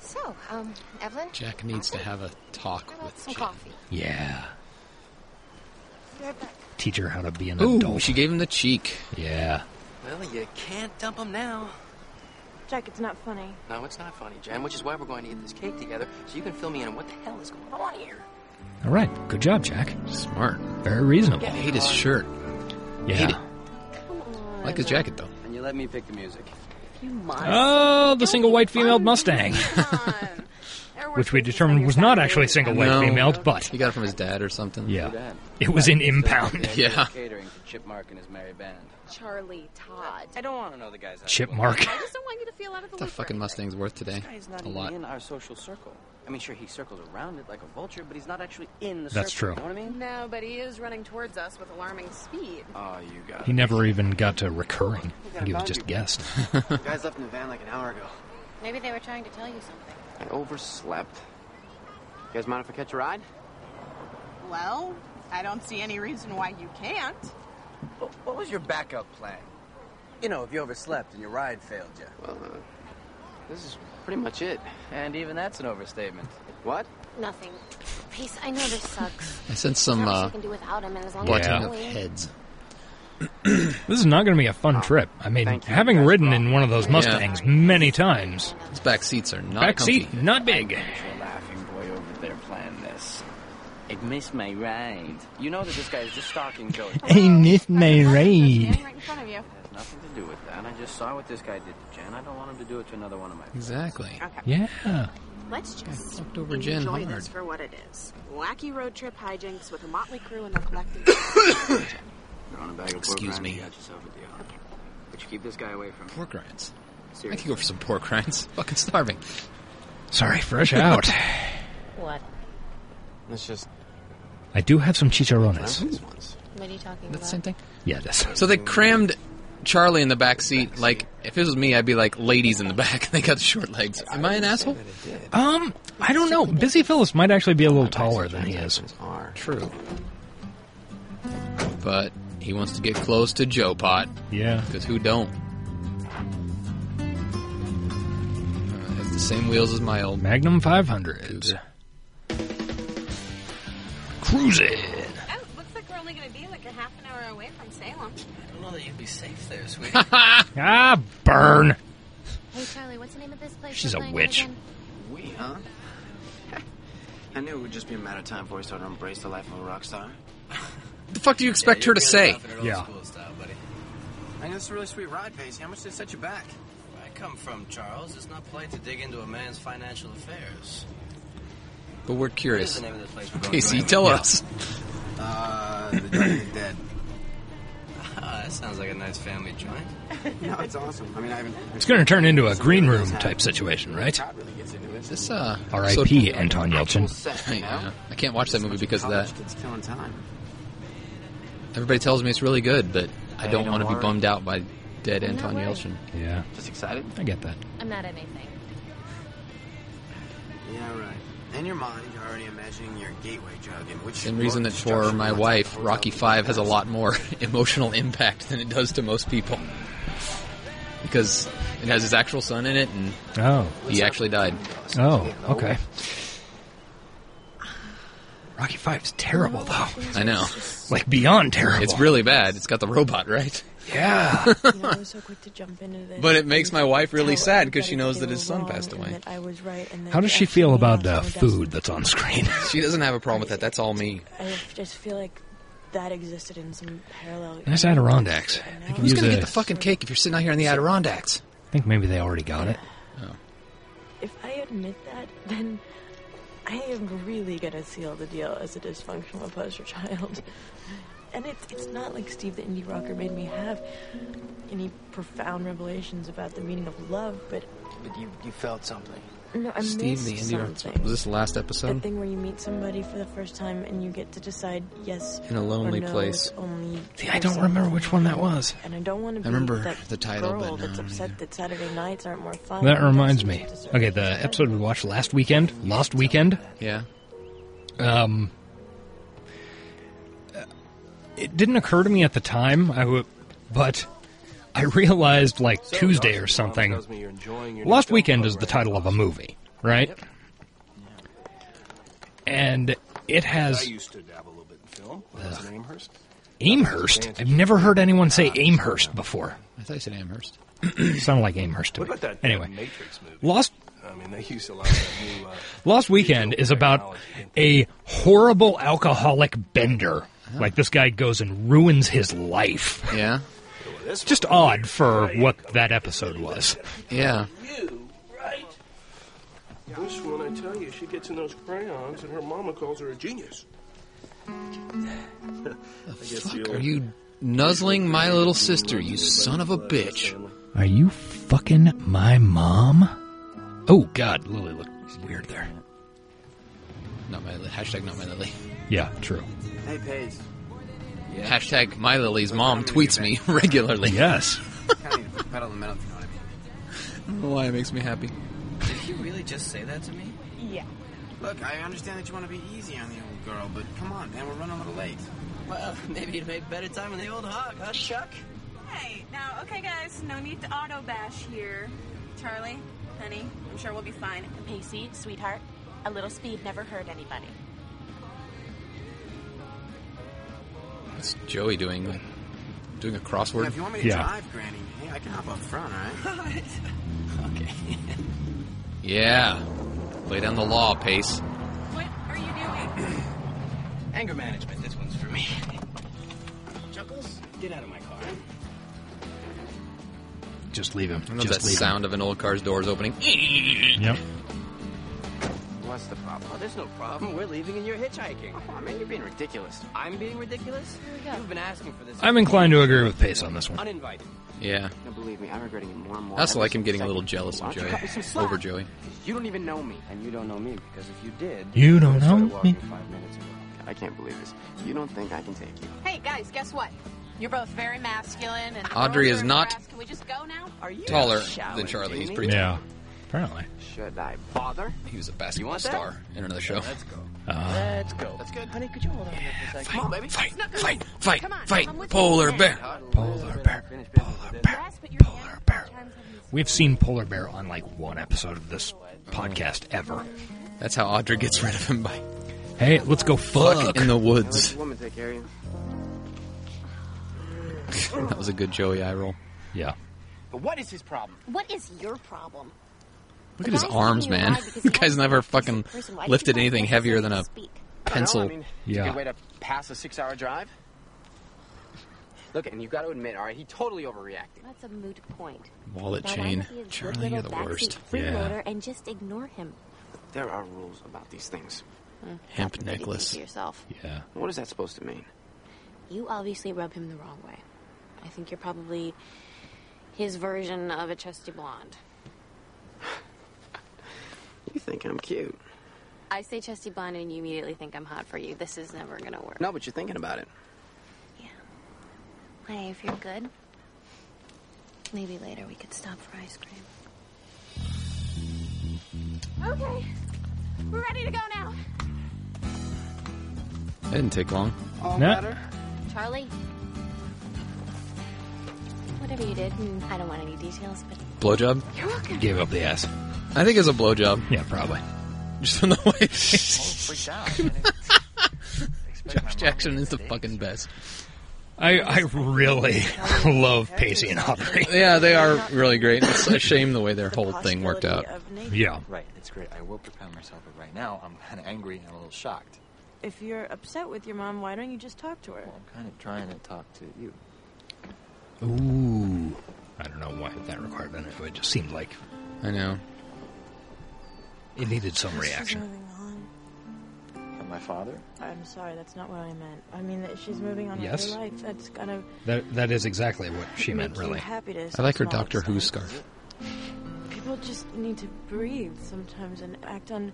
Speaker 9: So, um, Evelyn?
Speaker 3: Jack needs to have a talk
Speaker 9: How
Speaker 3: with
Speaker 9: about some
Speaker 3: Jen.
Speaker 9: coffee?
Speaker 2: yeah.
Speaker 9: Be right back.
Speaker 2: Teach her how to be an
Speaker 3: Ooh,
Speaker 2: adult.
Speaker 3: she gave him the cheek.
Speaker 2: yeah.
Speaker 10: Well, you can't dump them now.
Speaker 8: Jack, it's not funny.
Speaker 10: No, it's not funny, Jen, which is why we're going to eat this cake together so you can fill me in on what the hell is going on here.
Speaker 2: All right. Good job, Jack.
Speaker 3: Smart.
Speaker 2: Very reasonable.
Speaker 10: Yeah.
Speaker 3: Hate his shirt. Hate it.
Speaker 2: Yeah.
Speaker 3: Like his jacket though.
Speaker 10: And you let me pick the music.
Speaker 6: If you must.
Speaker 2: Oh, the single white female
Speaker 6: Fun
Speaker 2: Mustang, <laughs>
Speaker 6: time. There were
Speaker 2: which we
Speaker 6: cases
Speaker 2: determined
Speaker 6: on
Speaker 2: was
Speaker 6: your
Speaker 2: not
Speaker 6: back,
Speaker 2: actually
Speaker 6: baby.
Speaker 2: single white
Speaker 3: No.
Speaker 2: female, but
Speaker 3: He got it from his dad or something.
Speaker 2: yeah, it was an impound.
Speaker 3: Yeah.
Speaker 10: Catering to Chip Mark and his merry band.
Speaker 4: Charlie Todd.
Speaker 10: I don't want to know the guy's
Speaker 2: Chip Mark.
Speaker 4: I just don't want you to feel out of the
Speaker 3: The
Speaker 4: loop or
Speaker 3: fucking
Speaker 4: anything.
Speaker 3: Mustang's worth today.
Speaker 10: He's not
Speaker 3: A
Speaker 10: even
Speaker 3: lot.
Speaker 10: in our social circle. I mean, sure, he circles around it like a vulture, but he's not actually in the
Speaker 2: That's
Speaker 10: circle.
Speaker 2: true.
Speaker 10: You know what I mean?
Speaker 6: No, but he is running towards us with alarming speed.
Speaker 10: Oh, you got
Speaker 2: He never even got to recurring. I think he was just guest.
Speaker 5: The guys left in the van like an hour ago.
Speaker 4: Maybe they were trying to tell you something.
Speaker 5: I overslept. You guys mind if I catch a ride?
Speaker 6: Well, I don't see any reason why you can't.
Speaker 10: What, what was your backup plan? You know, if you overslept and your ride failed you.
Speaker 5: Well, uh, this is pretty much it.
Speaker 10: And even that's an overstatement.
Speaker 5: What?
Speaker 4: Nothing. Please, I know this
Speaker 3: <laughs>
Speaker 4: sucks.
Speaker 3: I sense
Speaker 4: There's
Speaker 3: some
Speaker 4: not much
Speaker 3: uh,
Speaker 4: I can do without him, and as long as
Speaker 3: butting
Speaker 4: I'm
Speaker 2: Yeah.
Speaker 3: of
Speaker 4: going-
Speaker 3: heads.
Speaker 2: <laughs> This is not going to be a fun trip. I mean,
Speaker 5: Thank you
Speaker 2: having
Speaker 5: guys
Speaker 2: ridden
Speaker 5: for
Speaker 2: in one of those Mustangs many times,
Speaker 3: His back seats are not
Speaker 2: back
Speaker 3: comfy.
Speaker 2: seat not big.
Speaker 10: Your laughing boy over there planned this. I missed my ride. You know that this guy is just stalking Joey. It
Speaker 2: I miss my
Speaker 6: Standing right in front of you.
Speaker 10: has nothing to do with that. I just saw what this guy did to Jen. I don't want him to do it to another one of my friends.
Speaker 3: Exactly.
Speaker 2: Yeah.
Speaker 6: Let's just
Speaker 3: Fucked over Jen
Speaker 6: enjoy
Speaker 3: hard.
Speaker 6: this for what it is. Wacky road trip hijinks with a motley crew and
Speaker 3: <coughs>
Speaker 6: their collective.
Speaker 10: You're on a bag of
Speaker 3: Excuse
Speaker 10: pork
Speaker 3: me.
Speaker 10: rinds, You got yourself a deal. But you keep this guy away from me.
Speaker 3: Pork rinds. I could
Speaker 10: Seriously.
Speaker 3: go for some pork rinds. <laughs> Fucking starving.
Speaker 2: Sorry, fresh out.
Speaker 10: <laughs>
Speaker 4: What?
Speaker 5: Let's just
Speaker 2: I do have some
Speaker 5: plan for
Speaker 2: chicharrones.
Speaker 5: these ones.
Speaker 4: What are you talking
Speaker 3: That's
Speaker 4: about?
Speaker 3: the same thing.
Speaker 2: Yeah, this.
Speaker 3: So they crammed Charlie in the back seat. Like if it was me, I'd be like ladies in the back. <laughs> and They got the short legs. Am I an asshole?
Speaker 2: Um, I don't know. Busy Phillips might actually be a little taller than he is.
Speaker 5: Transactions Are.
Speaker 3: True. But he wants to get close to Joe Pot
Speaker 2: Yeah.
Speaker 3: because who don't? Uh, has the same wheels as my old.
Speaker 2: Magnum 500. Cruising.
Speaker 6: oh, looks like we're only going to be like a half an hour away from Salem.
Speaker 10: I don't know that you'd be safe there, sweetie.
Speaker 2: Ah, burn.
Speaker 4: Hey, Charlie, what's the name of this place?
Speaker 2: She's
Speaker 4: we're
Speaker 2: a
Speaker 4: playing at
Speaker 2: witch.
Speaker 4: again?
Speaker 5: We, huh? <laughs> I knew it would just be a matter of time before we started to embrace the life of a rock star.
Speaker 3: The fuck do you expect her to say?
Speaker 2: Yeah.
Speaker 5: I know it's a really sweet ride, Pacey. How much did it set you back?
Speaker 10: Where I come from, Charles, it's not polite to dig into a man's financial affairs.
Speaker 3: But we're
Speaker 10: What is
Speaker 3: curious.
Speaker 10: the name of this place we're going
Speaker 3: Casey,
Speaker 10: to?
Speaker 3: tell us.
Speaker 10: Uh, the Dragon
Speaker 5: <laughs>
Speaker 10: of Dead. Ah, that sounds like a nice family joint.
Speaker 5: Uh, <laughs> No, it's awesome. I mean, I haven't.
Speaker 2: It's going to turn into a green room type situation, right?
Speaker 5: Todd really gets into it.
Speaker 3: This uh,
Speaker 2: R.I.P. Anton
Speaker 5: Actual
Speaker 2: Yelchin.
Speaker 5: set, you
Speaker 3: Yeah,
Speaker 5: know?
Speaker 3: I can't watch that movie because of that.
Speaker 5: College kids killing time.
Speaker 3: Everybody tells me it's really good, but I
Speaker 5: Hey,
Speaker 3: don't
Speaker 5: don't
Speaker 3: want to be
Speaker 5: worry.
Speaker 3: bummed out by dead
Speaker 4: I'm not
Speaker 3: Anton
Speaker 4: worried.
Speaker 3: Yelchin.
Speaker 2: Yeah,
Speaker 5: Just excited?
Speaker 2: I get that.
Speaker 4: I'm not anything.
Speaker 5: Yeah, right. In your mind, you're already imagining your gateway drug, in which
Speaker 3: Same reason that for my wife, Rocky Five has a lot more <laughs> emotional impact than it does to most people. Because it has his actual son in it, and
Speaker 2: Oh.
Speaker 3: he actually died.
Speaker 2: Oh, okay. Rocky Five's terrible, though.
Speaker 3: I know.
Speaker 2: Like, beyond terrible.
Speaker 3: It's really bad. It's got the robot, right? <laughs>
Speaker 2: Yeah.
Speaker 8: You know, I was so quick to jump into this.
Speaker 3: But it makes my wife really
Speaker 8: Tell
Speaker 3: sad because she
Speaker 8: everybody
Speaker 3: knows that
Speaker 8: they
Speaker 3: his
Speaker 8: were
Speaker 3: son
Speaker 8: wrong
Speaker 3: passed
Speaker 8: and
Speaker 3: away.
Speaker 8: that I was right and that
Speaker 2: How
Speaker 8: they
Speaker 2: does she
Speaker 8: actually
Speaker 2: feel about
Speaker 8: lost
Speaker 2: uh,
Speaker 8: my
Speaker 2: food
Speaker 8: destiny.
Speaker 2: that's on screen?
Speaker 3: She doesn't have a problem with that. That's all me.
Speaker 8: I just feel like that existed in some parallel.
Speaker 2: Nice Adirondacks.
Speaker 8: And
Speaker 2: I
Speaker 8: now
Speaker 2: can
Speaker 3: Who's
Speaker 2: use
Speaker 3: going to
Speaker 2: a-
Speaker 3: get the fucking cake if you're sitting out here in the Adirondacks?
Speaker 2: I think maybe they already got it.
Speaker 8: If I admit that, then I am really gonna seal the deal as a dysfunctional poster child. And it's it's not like Steve the indie rocker made me have any profound revelations about the meaning of love, but
Speaker 5: But you, you felt something.
Speaker 8: No, I
Speaker 3: Steve the
Speaker 8: missed
Speaker 3: Indie Rock-
Speaker 8: something.
Speaker 3: was this the last episode?
Speaker 8: That thing where you meet somebody for the first time and you get to decide yes
Speaker 3: In a
Speaker 8: or
Speaker 3: lonely
Speaker 8: no with
Speaker 3: place.
Speaker 8: Only
Speaker 3: See, I don't remember which one that was.
Speaker 8: And I don't want to.
Speaker 3: I remember
Speaker 8: that
Speaker 3: the title,
Speaker 8: girl
Speaker 3: but no,
Speaker 8: that's
Speaker 3: I don't
Speaker 8: upset that Saturday nights aren't more fun.
Speaker 2: That reminds me. Okay, the episode we watched last weekend, Lost Weekend.
Speaker 3: Yeah.
Speaker 2: Um, uh, it didn't occur to me at the time, I w- but I realized like Tuesday or something. Lost Weekend is the title of a movie, right? And it
Speaker 11: I
Speaker 2: has
Speaker 11: used to dabble a little bit in film. When I was in Amherst.
Speaker 2: Amherst. I've never heard anyone say Amherst before.
Speaker 3: I thought you said Amherst.
Speaker 2: Sounded like Amherst to
Speaker 11: What
Speaker 2: me.
Speaker 11: about that uh,
Speaker 2: Anyway,
Speaker 11: Matrix movie?
Speaker 2: Lost
Speaker 11: I mean, they used a lot of that new. Uh,
Speaker 2: Lost Weekend is about a horrible alcoholic bender. Like this guy goes and ruins his life.
Speaker 3: Yeah.
Speaker 2: Just odd for what that episode was.
Speaker 3: Yeah.
Speaker 11: you, right? This one, I tell you, she gets in those crayons, and her mama calls her a genius.
Speaker 3: Fuck, are you nuzzling my little sister, you son of a bitch?
Speaker 2: Are you fucking my mom? Oh God, Lily looked weird there.
Speaker 3: Not my hashtag, not my Lily.
Speaker 2: Yeah, true.
Speaker 5: Hey, Paige.
Speaker 3: Hashtag my Lily's mom tweets me <laughs> regularly.
Speaker 2: Yes.
Speaker 5: kind of need to pedal the metal, if you know what I mean.
Speaker 3: Why it makes me happy.
Speaker 5: Did he really just say that to me?
Speaker 8: Yeah.
Speaker 5: Look, I understand that you want to be easy on the old girl, but come on, man, we're running a little late.
Speaker 10: Well, maybe you'd make better time in the old hog, huh, Chuck?
Speaker 6: Hey, now, okay, guys, no need to auto bash here. Charlie, honey, I'm sure we'll be fine. And Pacey, sweetheart, a little speed never hurt anybody.
Speaker 3: What's Joey doing? Doing a
Speaker 5: Now,
Speaker 3: crossword?
Speaker 5: if you want me to drive, Granny, hey, I can hop up front, all right? okay.
Speaker 3: Yeah. Lay down the law, Pace.
Speaker 6: What are you doing?
Speaker 10: Anger management, this one's for me. Chuckles, get out of my car.
Speaker 2: Just leave him.
Speaker 3: I love
Speaker 2: Just
Speaker 3: that
Speaker 2: leave
Speaker 3: sound of an old car's doors opening.
Speaker 2: him. Yep.
Speaker 10: What's the problem? Oh, there's no problem. We're leaving and you're hitchhiking. Oh, I mean, you're being ridiculous. I'm being ridiculous? You've been asking for this.
Speaker 2: I'm inclined to agree with Pace on this one.
Speaker 10: Uninvited.
Speaker 3: Yeah.
Speaker 5: No, believe me, I'm regretting it more and more.
Speaker 3: I also
Speaker 5: every
Speaker 3: like him
Speaker 5: single
Speaker 3: getting a
Speaker 5: second.
Speaker 3: little jealous
Speaker 5: Why
Speaker 3: of
Speaker 5: don't you
Speaker 3: Joey.
Speaker 5: cut me some slack?
Speaker 3: Over Joey.
Speaker 10: You don't even know me. And you don't know me, because if you did...
Speaker 2: You don't
Speaker 10: I'd start
Speaker 2: know
Speaker 10: walking
Speaker 2: me.
Speaker 10: Five minutes ago.
Speaker 5: I can't believe this. You don't think I can take you?
Speaker 6: Hey, guys, guess what? You're both very masculine and.
Speaker 3: Audrey
Speaker 6: girls
Speaker 3: is
Speaker 6: are
Speaker 3: not
Speaker 6: harassed. Can we just go now?
Speaker 10: Are you
Speaker 3: Taller
Speaker 10: challenging
Speaker 3: than Charlie. He's
Speaker 10: me?
Speaker 3: pretty tall.
Speaker 2: Apparently.
Speaker 10: Should I bother?
Speaker 3: He was a
Speaker 10: You
Speaker 3: basketball
Speaker 10: want that?
Speaker 3: star in another show.
Speaker 10: Let's go.
Speaker 2: Uh,
Speaker 10: Let's go. That's good. Honey, could you hold on here for a second? Come on, baby.
Speaker 3: Fight,
Speaker 6: Not gonna-
Speaker 3: fight, fight,
Speaker 6: Come on, I'm
Speaker 3: fight.
Speaker 6: with
Speaker 3: Polar
Speaker 6: you.
Speaker 3: bear.
Speaker 2: polar bear. Polar bear.
Speaker 6: Yes, but your hands
Speaker 2: Polar bear.
Speaker 6: sometimes have these-
Speaker 2: We've seen polar bear on like one episode of this podcast ever.
Speaker 3: That's how Audra gets rid of him by
Speaker 2: Hey, let's go fuck.
Speaker 3: in the
Speaker 5: I let
Speaker 3: woods. <laughs>
Speaker 5: the woman take care of you.
Speaker 3: That was a good Joey eye roll.
Speaker 2: Yeah.
Speaker 10: But what is his problem?
Speaker 4: What is your problem?
Speaker 3: Look at his arms, <laughs> man. The guy's never fucking lifted anything heavier than a
Speaker 10: I don't know, I
Speaker 3: pencil.
Speaker 10: mean,
Speaker 2: Yeah.
Speaker 10: It's a good way to pass a six-hour drive. Look, and you've got to admit, all right, he totally overreacted.
Speaker 4: That's a moot point.
Speaker 3: Wallet
Speaker 4: Now, why
Speaker 3: chain.
Speaker 4: don't he just
Speaker 3: Charlie,
Speaker 4: little
Speaker 3: you're the
Speaker 4: backseat
Speaker 3: worst.
Speaker 4: freeloader and just ignore him.
Speaker 5: There are rules about these things.
Speaker 3: Hemp
Speaker 4: What do you think
Speaker 3: necklace.
Speaker 4: to yourself.
Speaker 2: Yeah.
Speaker 5: What is that supposed to mean?
Speaker 4: You obviously rub him the wrong way. I think you're probably his version of a chesty blonde.
Speaker 5: You think I'm cute.
Speaker 4: I say chesty blonde and you immediately think I'm hot for you. This is never gonna work.
Speaker 5: No, but you're thinking about it.
Speaker 4: Yeah. Hey, if you're good, maybe later we could stop for ice cream.
Speaker 6: Okay, we're ready to go now.
Speaker 3: That didn't take long.
Speaker 5: All
Speaker 2: No.
Speaker 5: better?
Speaker 4: Charlie? Whatever you did, and I don't want any details, but
Speaker 3: Blowjob?
Speaker 4: you're welcome.
Speaker 2: Gave up the ass.
Speaker 3: I think it's a blowjob.
Speaker 2: Yeah, probably.
Speaker 3: Just from the
Speaker 2: <laughs>
Speaker 3: way.
Speaker 11: freaked out.
Speaker 3: Josh Jackson is the fucking best.
Speaker 2: I, I really <laughs> love Pacey and Audrey.
Speaker 3: Yeah, they are really great. It's a shame the way their
Speaker 8: The
Speaker 3: whole thing worked out.
Speaker 8: possibility of naked-
Speaker 2: Yeah.
Speaker 7: Right, it's great. I will prepare myself, but right now I'm kind of angry and a little shocked.
Speaker 8: If you're upset with your mom, why don't you just talk to her?
Speaker 7: Well, I'm kind of trying to talk to you.
Speaker 2: Ooh. I don't know why that required an It just seemed like
Speaker 3: I know.
Speaker 2: it needed some
Speaker 8: This is
Speaker 2: reaction.
Speaker 8: moving on.
Speaker 7: And my father?
Speaker 8: I'm sorry, that's not what I meant. I mean that she's moving on
Speaker 2: Yes?
Speaker 8: with her life. That's gonna
Speaker 2: That that is exactly what she meant,
Speaker 8: make you
Speaker 2: really.
Speaker 8: happy to
Speaker 3: I like her
Speaker 8: some
Speaker 3: Doctor Who
Speaker 8: extent.
Speaker 3: scarf.
Speaker 8: People People just need to breathe sometimes and act on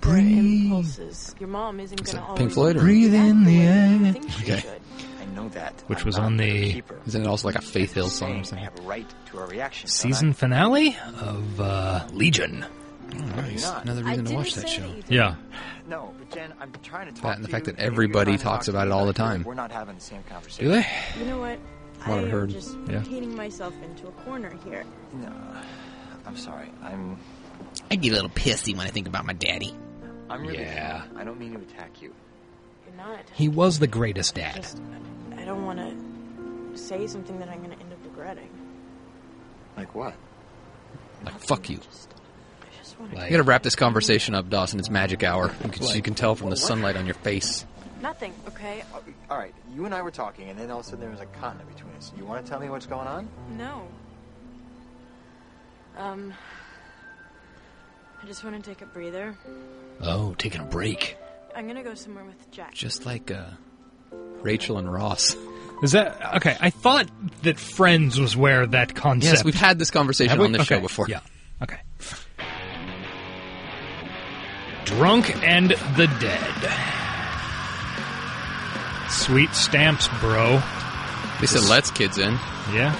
Speaker 2: Breathe.
Speaker 8: impulses. Your mom isn't going to always
Speaker 2: Breathe in the
Speaker 8: I
Speaker 2: air.
Speaker 8: think she
Speaker 2: Okay.
Speaker 8: should.
Speaker 7: I know that.
Speaker 2: Which was on the
Speaker 3: Isn't it also like a Faith Hill song or something?
Speaker 7: have a right to a reaction.
Speaker 2: season finale of uh, Legion.
Speaker 7: Nice.
Speaker 3: Oh, Another reason to watch that show.
Speaker 2: Yeah.
Speaker 7: No, but Jen, I'm trying to talk
Speaker 3: That and the
Speaker 7: to
Speaker 3: fact
Speaker 7: you, and
Speaker 3: that
Speaker 7: if you're
Speaker 3: everybody
Speaker 7: trying to talk
Speaker 3: talks
Speaker 7: to me
Speaker 3: about it all the
Speaker 7: here,
Speaker 3: time.
Speaker 7: We're not having the same conversation.
Speaker 3: Do they?
Speaker 8: You know what?
Speaker 3: From what
Speaker 8: I
Speaker 3: I've
Speaker 8: am
Speaker 3: heard,
Speaker 8: just
Speaker 3: yeah.
Speaker 8: painting myself into a corner here.
Speaker 7: No, I'm sorry. I'm.
Speaker 12: I get a little pissy when I think about my daddy.
Speaker 7: I'm really.
Speaker 2: Yeah.
Speaker 7: I don't mean to attack you.
Speaker 8: You're not.
Speaker 2: He was the greatest dad.
Speaker 8: Just, I don't want to say something that I'm going to end up regretting.
Speaker 7: Like what?
Speaker 3: Like fuck you.
Speaker 8: I just want
Speaker 3: We gotta wrap this conversation up, Dawson. It's magic hour. You can, you
Speaker 7: Like-
Speaker 3: can tell from the
Speaker 7: What?
Speaker 3: sunlight on your face.
Speaker 8: Nothing, okay? Uh,
Speaker 7: All right, you and I were talking, and then all of a sudden there was a continent between us. You want to tell me what's going on?
Speaker 8: No. Um. I just want to take a breather.
Speaker 2: Oh, taking a break.
Speaker 8: I'm going to go somewhere with Jack.
Speaker 3: Just like uh, Rachel and Ross.
Speaker 2: Is that okay? I thought that Friends was where that concept.
Speaker 3: Yes, we've had this conversation
Speaker 2: Have we?
Speaker 3: on this show
Speaker 2: Okay,
Speaker 3: before.
Speaker 2: Yeah. Okay. Drunk and the Dead. Sweet stamps, bro.
Speaker 3: They said let's kids in.
Speaker 2: Yeah.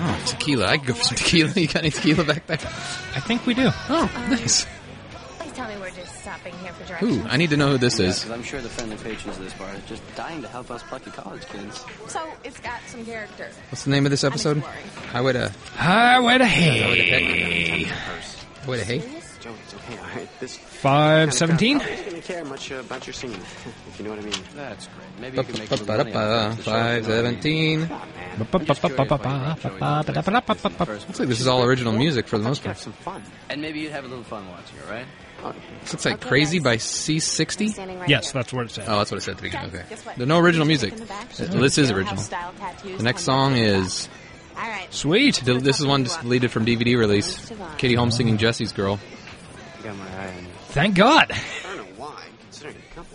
Speaker 3: Oh, tequila. I could go for some tequila. <laughs> You got any tequila back there?
Speaker 2: I think we do.
Speaker 3: Oh, nice.
Speaker 13: Please tell me we're just stopping here for
Speaker 3: Ooh,
Speaker 13: directions.
Speaker 3: I need to know who this is.
Speaker 10: I'm sure the friendly patrons of this bar are just dying to help us plucky college kids.
Speaker 6: So it's got some character.
Speaker 3: What's the name of this episode? uh, Highway to
Speaker 2: Highway to
Speaker 3: Highway to
Speaker 2: Hay.
Speaker 10: Heck.
Speaker 3: Highway to Hay.
Speaker 10: Joey, it's
Speaker 7: <laughs>
Speaker 10: okay. All right, this
Speaker 2: Five seventeen.
Speaker 10: Nobody's gonna care much uh, about your singing, <laughs> if you know what I mean. That's great. Maybe you can make some money off this.
Speaker 3: Five seventeen. Looks like this is all original music for the most part.
Speaker 10: Some fun, Oh, and maybe you'd have a little fun watching it, right?
Speaker 3: This looks like Crazy by C60.
Speaker 2: Yes, that's what it said.
Speaker 3: Oh, that's what it said at the beginning. Okay.
Speaker 4: guess what?
Speaker 3: There's no original music.
Speaker 4: In the back.
Speaker 3: Uh, This is
Speaker 4: Jailhouse
Speaker 3: original.
Speaker 4: style tattoos
Speaker 3: The next
Speaker 4: on
Speaker 3: song is
Speaker 4: All right.
Speaker 2: Sweet.
Speaker 3: Del- This is one just deleted from DVD release. Katie Holmes singing Jesse's Girl.
Speaker 10: got my eye on you.
Speaker 2: Thank God.
Speaker 10: I don't know why, considering the company.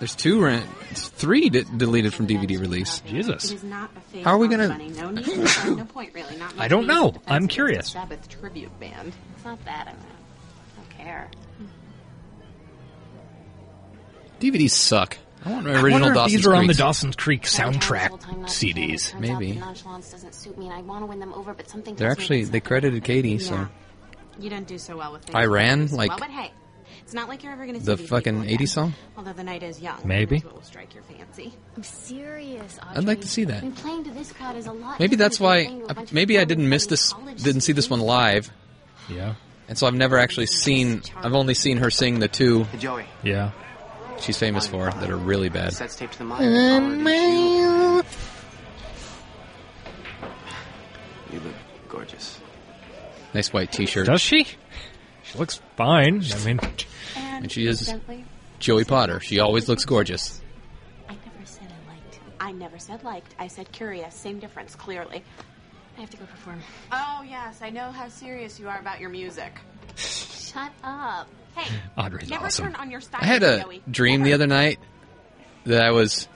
Speaker 3: There's two rent, it's three de- deleted from DVD release.
Speaker 2: Jesus.
Speaker 3: How are we gonna-
Speaker 6: Money, no, need,
Speaker 3: <laughs>
Speaker 6: no point, really. Not
Speaker 2: I don't
Speaker 6: much need
Speaker 2: know.
Speaker 6: to defend
Speaker 2: I'm
Speaker 6: against
Speaker 2: curious.
Speaker 6: Sabbath tribute band.
Speaker 4: It's not that. I don't, know. I don't care.
Speaker 3: DVDs suck. I want my original
Speaker 2: I wonder if
Speaker 3: Dawson's
Speaker 2: these are on the
Speaker 3: Creek.
Speaker 2: Dawson's Creek
Speaker 4: Every time
Speaker 2: soundtrack
Speaker 4: I tell myself I'm not
Speaker 2: CDs.
Speaker 4: trying to turn out that Nonchalance doesn't suit me, and I want to win them over, but something.
Speaker 3: They're
Speaker 4: tells me
Speaker 3: actually
Speaker 4: it's
Speaker 3: they
Speaker 4: not.
Speaker 3: credited Katie, so
Speaker 4: Yeah. You don't do so well with things.
Speaker 3: Iran,
Speaker 4: You don't do so
Speaker 3: like
Speaker 4: well, but hey, it's not like you're ever going to
Speaker 3: the fucking '80s song.
Speaker 4: Although the night is young,
Speaker 3: Maybe.
Speaker 4: that's what will strike your fancy. I'm serious. Audrey.
Speaker 3: I'd like to see that.
Speaker 4: I mean, playing to this crowd is a lot.
Speaker 3: Maybe
Speaker 4: easier
Speaker 3: that's
Speaker 4: than
Speaker 3: why.
Speaker 4: playing to a bunch of
Speaker 3: Maybe I
Speaker 4: college
Speaker 3: didn't miss
Speaker 4: buddies,
Speaker 3: this.
Speaker 4: college
Speaker 3: Didn't see this one live.
Speaker 2: Yeah.
Speaker 3: And so I've never actually seen. I've only seen her sing the two.
Speaker 10: Joey.
Speaker 2: Yeah.
Speaker 3: She's famous for that are really bad.
Speaker 10: Sets taped to the monitor. You look gorgeous.
Speaker 3: Nice white T-shirt.
Speaker 2: Does she? She looks fine. I mean,
Speaker 3: And she is Joey Potter. She always looks gorgeous.
Speaker 4: I never said I liked. I never said liked. I said curious. Same difference, clearly. I have to go perform.
Speaker 6: Oh yes, I know how serious you are about your music.
Speaker 4: Shut up.
Speaker 6: Hey,
Speaker 3: Audrey's
Speaker 6: never
Speaker 3: awesome.
Speaker 6: turn on your style,
Speaker 3: I had a
Speaker 6: Joey.
Speaker 3: dream the other night that I was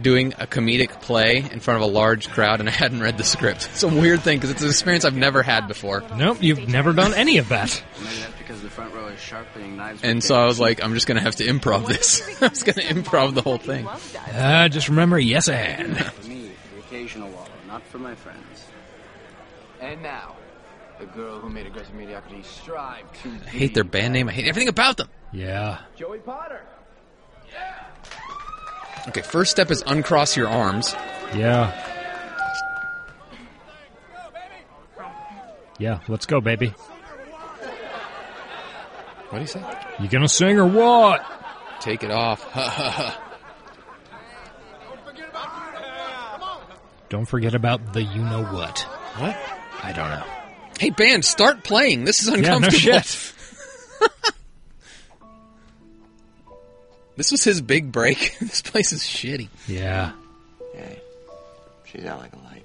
Speaker 3: doing a comedic play in front of a large crowd, and I hadn't read the script. <laughs> It's a weird thing because it's an experience I've never had before.
Speaker 2: nope, you've never done any of that.
Speaker 10: Maybe that's because the front row is sharpening knives. with
Speaker 3: And so I was like, I'm just gonna have to improv <laughs> this. I was gonna improv the whole thing.
Speaker 2: Uh, just remember, yes and.
Speaker 10: For me, the occasional wallow, not for my friends. And now, the girl who made aggressive mediocrity strive to.
Speaker 3: I hate their band name. I hate everything about them.
Speaker 2: Yeah.
Speaker 10: Joey Potter.
Speaker 3: Okay, first step is uncross your arms.
Speaker 2: Yeah. Yeah, let's go, baby.
Speaker 3: What do you say?
Speaker 2: You gonna sing or what?
Speaker 3: Take it off. <laughs> Ha, ha, ha.
Speaker 2: Don't forget about the you know what. What? I don't know.
Speaker 3: hey, band, start playing. This is
Speaker 2: Yeah, <laughs> no
Speaker 3: uncomfortable.
Speaker 2: shit.
Speaker 3: <laughs> This was his big break. <laughs> this place is shitty.
Speaker 2: Yeah.
Speaker 10: Hey, she's out like a light.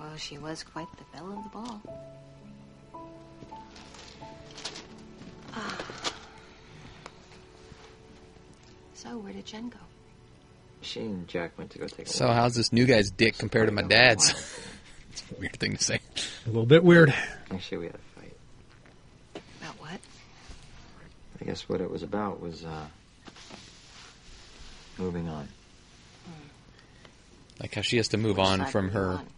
Speaker 4: Well, she was quite the belle of the ball. So where did Jen go?
Speaker 5: She and Jack went to go take a
Speaker 3: So how's this new guy's dick compared to my dad's? <laughs> It's a weird thing to say.
Speaker 2: A little bit weird.
Speaker 5: Actually, we had a fight.
Speaker 9: About what?
Speaker 5: I guess what it was about was uh, moving on.
Speaker 3: Like how she has to move on
Speaker 5: side
Speaker 3: from
Speaker 5: do you
Speaker 3: her
Speaker 5: want?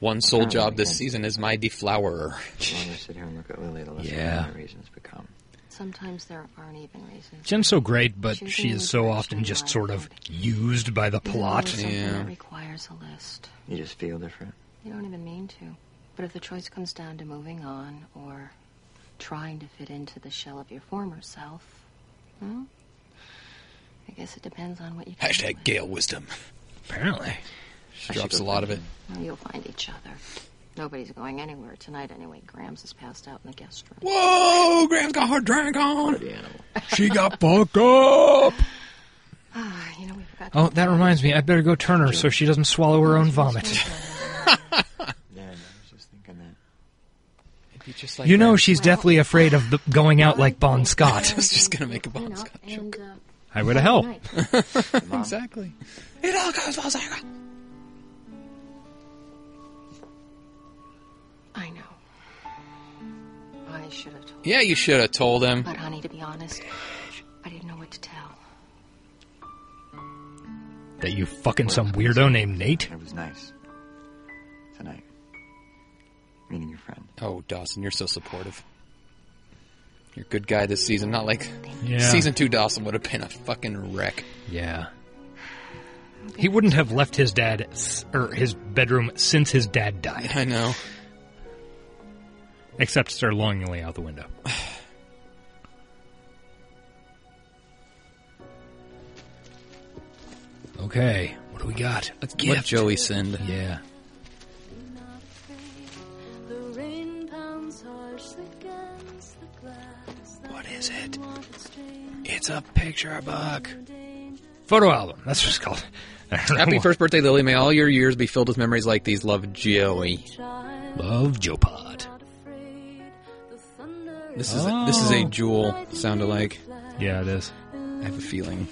Speaker 3: one sole
Speaker 5: Apparently,
Speaker 3: job this
Speaker 5: yeah.
Speaker 3: season is my deflowerer. <laughs>
Speaker 5: The longer I sit here and look at Lily, the less
Speaker 3: Yeah.
Speaker 5: yeah. my reasons become.
Speaker 9: Sometimes there aren't even reasons.
Speaker 2: Jen's so great, but
Speaker 9: Choosing
Speaker 2: she is
Speaker 9: which
Speaker 2: so
Speaker 9: direction
Speaker 2: often
Speaker 9: you
Speaker 2: just
Speaker 9: wanna
Speaker 2: sort of used by the
Speaker 9: Even though
Speaker 2: plot.
Speaker 9: it's something that requires a list.
Speaker 5: You just feel different.
Speaker 9: You don't even mean to. But if the choice comes down to moving on or trying to fit into the shell of your former self, well, I guess it depends on what you.
Speaker 3: Hashtag Gale wisdom.
Speaker 2: Apparently.
Speaker 3: She drops a lot of it.
Speaker 9: You'll find each other. Nobody's going anywhere tonight anyway. Grams is passed out in the guest room.
Speaker 3: Whoa! Gram's got her drag on.
Speaker 2: She got fucked up.
Speaker 9: Ah, you know we forgot.
Speaker 2: Oh, that reminds me. I better go turn her so she doesn't swallow her own vomit.
Speaker 5: Yeah, I know, I was just thinking that.
Speaker 3: Maybe just <laughs>
Speaker 2: You know she's deathly afraid of the, going out like Bon Scott.
Speaker 3: I was just gonna make a bomb.
Speaker 9: And, uh,
Speaker 2: Highway to hell.
Speaker 3: exactly.
Speaker 12: It all goes well, Sarah.
Speaker 9: I know. I should have told.
Speaker 3: Yeah, you should have told him.
Speaker 9: But honey, to be honest, I didn't know what to tell.
Speaker 2: That you fucking some weirdo named Nate?
Speaker 5: It was nice. Tonight. Meeting your friend.
Speaker 3: Oh, Dawson, you're so supportive. You're a good guy this season. Not like
Speaker 2: Yeah.
Speaker 3: season two. Dawson would have been a fucking wreck. <laughs>
Speaker 2: Yeah. He wouldn't have left his dad s- or his bedroom since his dad died.
Speaker 3: I know.
Speaker 2: Except stare longingly out the window. <sighs> okay, what do we got? A
Speaker 3: Let
Speaker 2: gift.
Speaker 3: Joey send.
Speaker 2: Yeah.
Speaker 1: What
Speaker 2: is it? It's a picture book. Photo album. That's what it's called. <laughs> I don't know
Speaker 3: Happy
Speaker 2: why.
Speaker 3: first birthday, Lily. May all your years be filled with memories like these. Love, Joey.
Speaker 2: Love, Joe Pod.
Speaker 3: This is this is a
Speaker 2: Oh.
Speaker 3: jewel sound alike.
Speaker 2: Yeah, it is.
Speaker 3: I have a feeling.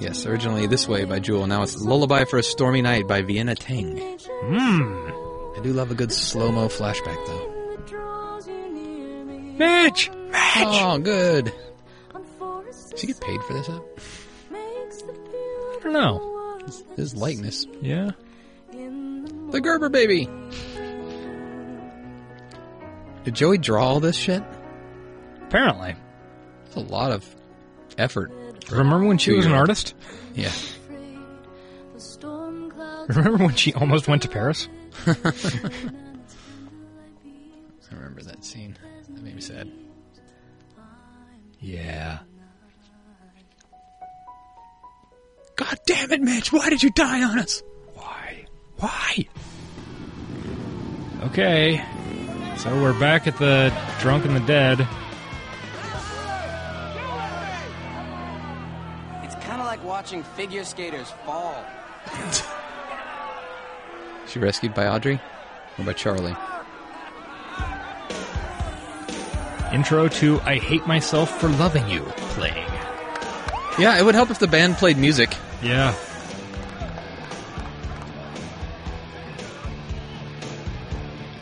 Speaker 3: Yes, originally This Way by Jewel. Now it's Lullaby for a Stormy Night by Vienna Tang.
Speaker 2: Mmm.
Speaker 3: I do love a good slow mo flashback though.
Speaker 2: Mitch! Mitch!
Speaker 3: Oh, good. Does he get paid for this uh, app?
Speaker 2: I don't know.
Speaker 3: His likeness.
Speaker 2: Yeah.
Speaker 3: The Gerber baby! Did Joey draw all this shit?
Speaker 2: Apparently.
Speaker 3: It's a lot of effort.
Speaker 2: Remember when she was an
Speaker 3: Two-year-old.
Speaker 2: artist? <laughs>
Speaker 3: Yeah.
Speaker 2: Remember when she almost went to Paris?
Speaker 3: I remember that scene. That made me sad.
Speaker 2: Yeah.
Speaker 3: God damn it, Mitch! Why did you die on us?
Speaker 2: Why? Why? Okay. So we're back at the drunk and the dead.
Speaker 10: It's kind of like watching figure skaters fall.
Speaker 3: She rescued by Audrey or by Charlie?
Speaker 2: Intro to I Hate Myself for Loving You playing.
Speaker 3: Yeah, it would help if the band played music.
Speaker 2: Yeah.